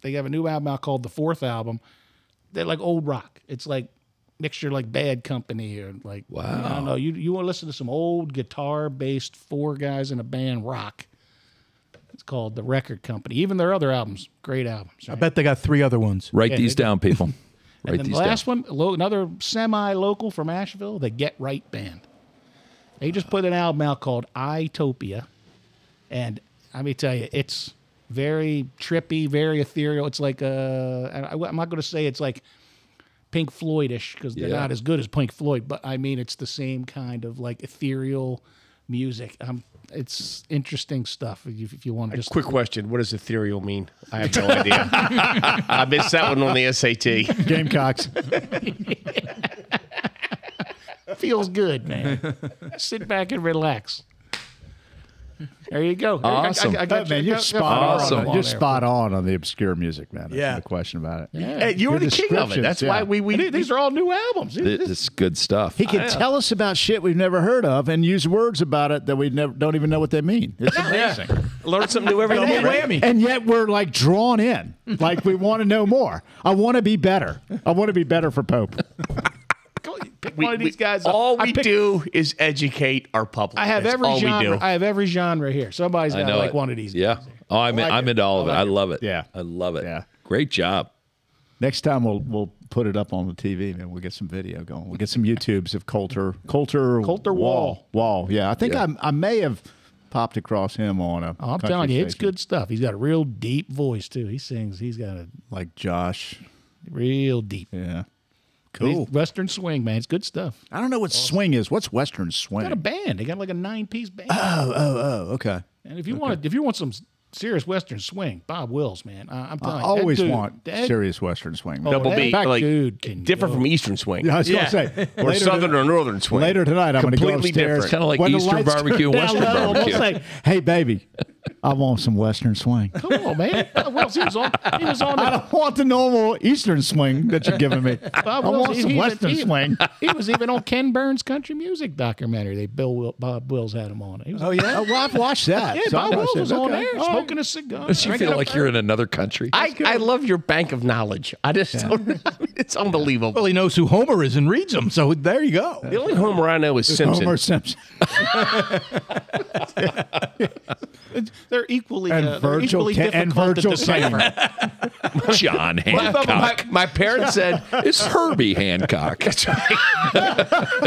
Speaker 3: they have a new album out called the Fourth Album. They're like old rock. It's like mixture like Bad Company or like I don't know. You you want to listen to some old guitar based four guys in a band rock? It's called the Record Company. Even their other albums, great albums.
Speaker 4: I
Speaker 3: right?
Speaker 4: bet they got three other ones.
Speaker 1: Write these down, people. Write
Speaker 3: And then
Speaker 1: these
Speaker 3: the last one, lo- another semi-local from Asheville, the Get Right Band. They just put an album out called Itopia, and let me tell you, it's very trippy, very ethereal. It's like uh, and I, am not going to say it's like Pink Floydish because they're
Speaker 1: Yeah.
Speaker 3: not as good as Pink Floyd, but I mean it's the same kind of like ethereal music. Um, it's interesting stuff if you, if you want to just
Speaker 2: Quick question: What does ethereal mean? I have no idea. I missed that one on the SAT.
Speaker 6: Gamecocks.
Speaker 3: feels good, man. Sit back and relax. There you go.
Speaker 1: Awesome.
Speaker 3: I, I, I got you-
Speaker 6: Hey, man, you're
Speaker 3: I got-
Speaker 6: spot on.
Speaker 1: Awesome.
Speaker 6: You're spot on on the obscure music, man. There's
Speaker 4: Yeah.
Speaker 6: no question about it.
Speaker 2: Hey, you were the king of it. That's
Speaker 6: yeah.
Speaker 2: why we we
Speaker 3: And These are all new albums.
Speaker 1: down. This is good stuff.
Speaker 6: He can tell us about shit we've never heard of and use words about it that we never don't even know what they mean. It's amazing.
Speaker 2: learn something new every day. right?
Speaker 4: Whammy.
Speaker 6: And yet we're like drawn in. Like we want to know more. I want to be better. I want to be better for Pope.
Speaker 3: Go- Pick
Speaker 2: We-
Speaker 3: one of
Speaker 2: we-
Speaker 3: these guys. up.
Speaker 2: All
Speaker 3: I
Speaker 2: we
Speaker 3: pick-
Speaker 2: do is educate our public.
Speaker 3: I have
Speaker 2: That's
Speaker 3: every
Speaker 2: all
Speaker 3: genre.
Speaker 2: We do.
Speaker 3: I have every genre here. Somebody's got like
Speaker 1: it.
Speaker 3: one of these.
Speaker 1: Yeah. Oh, I'm, I'm into all of it. I love it.
Speaker 6: Yeah.
Speaker 1: I love it.
Speaker 6: Yeah.
Speaker 1: Great job.
Speaker 6: Next time we'll we'll put it up on the TV, man. We'll get some video going. We'll get some YouTubes of Coulter, Coulter,
Speaker 3: Coulter
Speaker 6: Wall. Wall. Yeah, I think I, I may have popped across him on a.
Speaker 3: I'm
Speaker 6: country
Speaker 3: telling you, it's
Speaker 6: station.
Speaker 3: good stuff. He's got a real deep voice too. He sings. He's got a
Speaker 6: Like Josh.
Speaker 3: real deep.
Speaker 6: Yeah.
Speaker 3: He's Western swing, man. It's good stuff.
Speaker 6: I don't know what swing is. What's Western
Speaker 3: They
Speaker 6: swing?
Speaker 3: got a band. They got like a nine piece band.
Speaker 6: oh, okay.
Speaker 3: and if you want, if you want some serious Western swing, Bob Wills, man. I, I'm telling
Speaker 6: I
Speaker 3: you, that
Speaker 6: always
Speaker 3: dude-
Speaker 6: want
Speaker 3: that-
Speaker 6: serious Western swing. man.
Speaker 2: Double
Speaker 3: that
Speaker 2: B,
Speaker 3: back
Speaker 2: like
Speaker 3: dude can
Speaker 2: different
Speaker 3: go.
Speaker 2: from Eastern Swing
Speaker 6: I was
Speaker 2: Yeah.
Speaker 6: gonna say
Speaker 2: or Southern or Northern Swing.
Speaker 6: Later tonight, I'm going to go
Speaker 2: Completely
Speaker 6: upstairs.
Speaker 2: different.
Speaker 1: Kinda like
Speaker 6: When the
Speaker 1: Eastern
Speaker 6: lights
Speaker 1: barbecue and
Speaker 6: turn
Speaker 1: Western
Speaker 6: down low, I'm
Speaker 1: barbecue.
Speaker 6: gonna say, hey, baby, I want some Western swing.
Speaker 3: Come on, man. Bob Wills, he was on. He was on.
Speaker 6: I
Speaker 3: The,
Speaker 6: don't want the normal Eastern swing that you're giving me. I
Speaker 3: Bob Wills,
Speaker 6: want
Speaker 3: he-
Speaker 6: some
Speaker 3: he was-
Speaker 6: Western
Speaker 3: he-
Speaker 6: swing.
Speaker 3: he was even on Ken Burns' country music documentary. They Bill Will, Bob Wills had him on. it. He was,
Speaker 6: Oh yeah, well, I've watched that.
Speaker 3: yeah,
Speaker 6: so I
Speaker 3: Bob Wills
Speaker 6: watched it.
Speaker 3: was on
Speaker 6: Okay. Oh.
Speaker 3: there
Speaker 6: All right.
Speaker 3: smoking a cigar.
Speaker 1: Does you
Speaker 3: drinking
Speaker 1: feel
Speaker 3: a
Speaker 1: like you're in another country?
Speaker 2: I, I love your bank of knowledge. I just don't, it's unbelievable.
Speaker 4: Well, he knows who Homer is and reads them, so there you go.
Speaker 2: the only Homer I know is Simpson.
Speaker 6: Homer Simpson
Speaker 3: They're equally
Speaker 6: and
Speaker 3: uh, they're
Speaker 6: Virgil
Speaker 3: equally
Speaker 6: Ca- and
Speaker 3: difficult to
Speaker 6: Virgil
Speaker 3: decipher.
Speaker 6: Cameron.
Speaker 1: John
Speaker 2: My- my-
Speaker 1: Hancock.
Speaker 2: my, my parents said
Speaker 1: It's Herbie Hancock.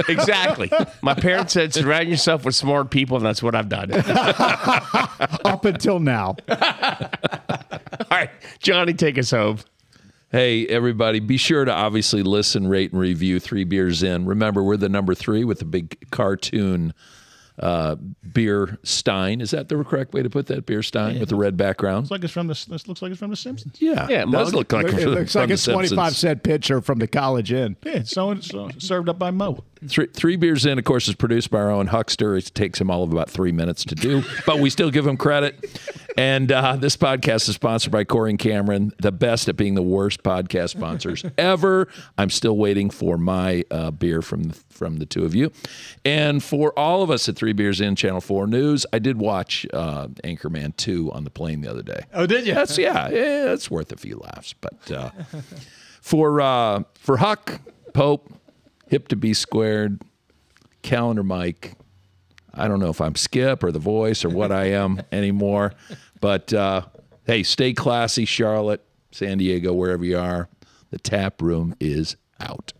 Speaker 2: exactly. My parents said surround yourself with smart people, and that's what I've done.
Speaker 6: up until now.
Speaker 2: All right, Johnny, take us home.
Speaker 1: Hey, everybody, be sure to obviously listen, rate, and review Three Beers In. Remember, we're the number three with the big cartoon uh, beer stein. Is that the correct way to put that? Beer stein with the red background?
Speaker 3: Looks like it's from the. This looks like it's from the Simpsons.
Speaker 1: yeah.
Speaker 2: Yeah,
Speaker 1: It does
Speaker 2: mug.
Speaker 1: look like
Speaker 6: It looks like a 25 cent pitcher from the college inn.
Speaker 3: Yeah, so and so served up by Mo.
Speaker 1: Three, three Beers In, of course, is produced by our own huckster. It takes him all of about three minutes to do, but we still give him credit. And uh, this podcast is sponsored by Corey and Cameron, the best at being the worst podcast sponsors ever. I'm still waiting for my uh, beer from the, from the two of you. And for all of us at Three Beers In, Channel 4 News, I did watch uh, Anchorman 2 on the plane the other day.
Speaker 4: Oh, did you?
Speaker 1: That's, yeah, yeah, that's worth a few laughs. But uh, for, uh, for Huck, Pope, Hip to be squared, calendar Mike. I don't know if I'm Skip or the voice or what I am anymore. But uh, hey, stay classy, Charlotte, San Diego, wherever you are. The tap room is out.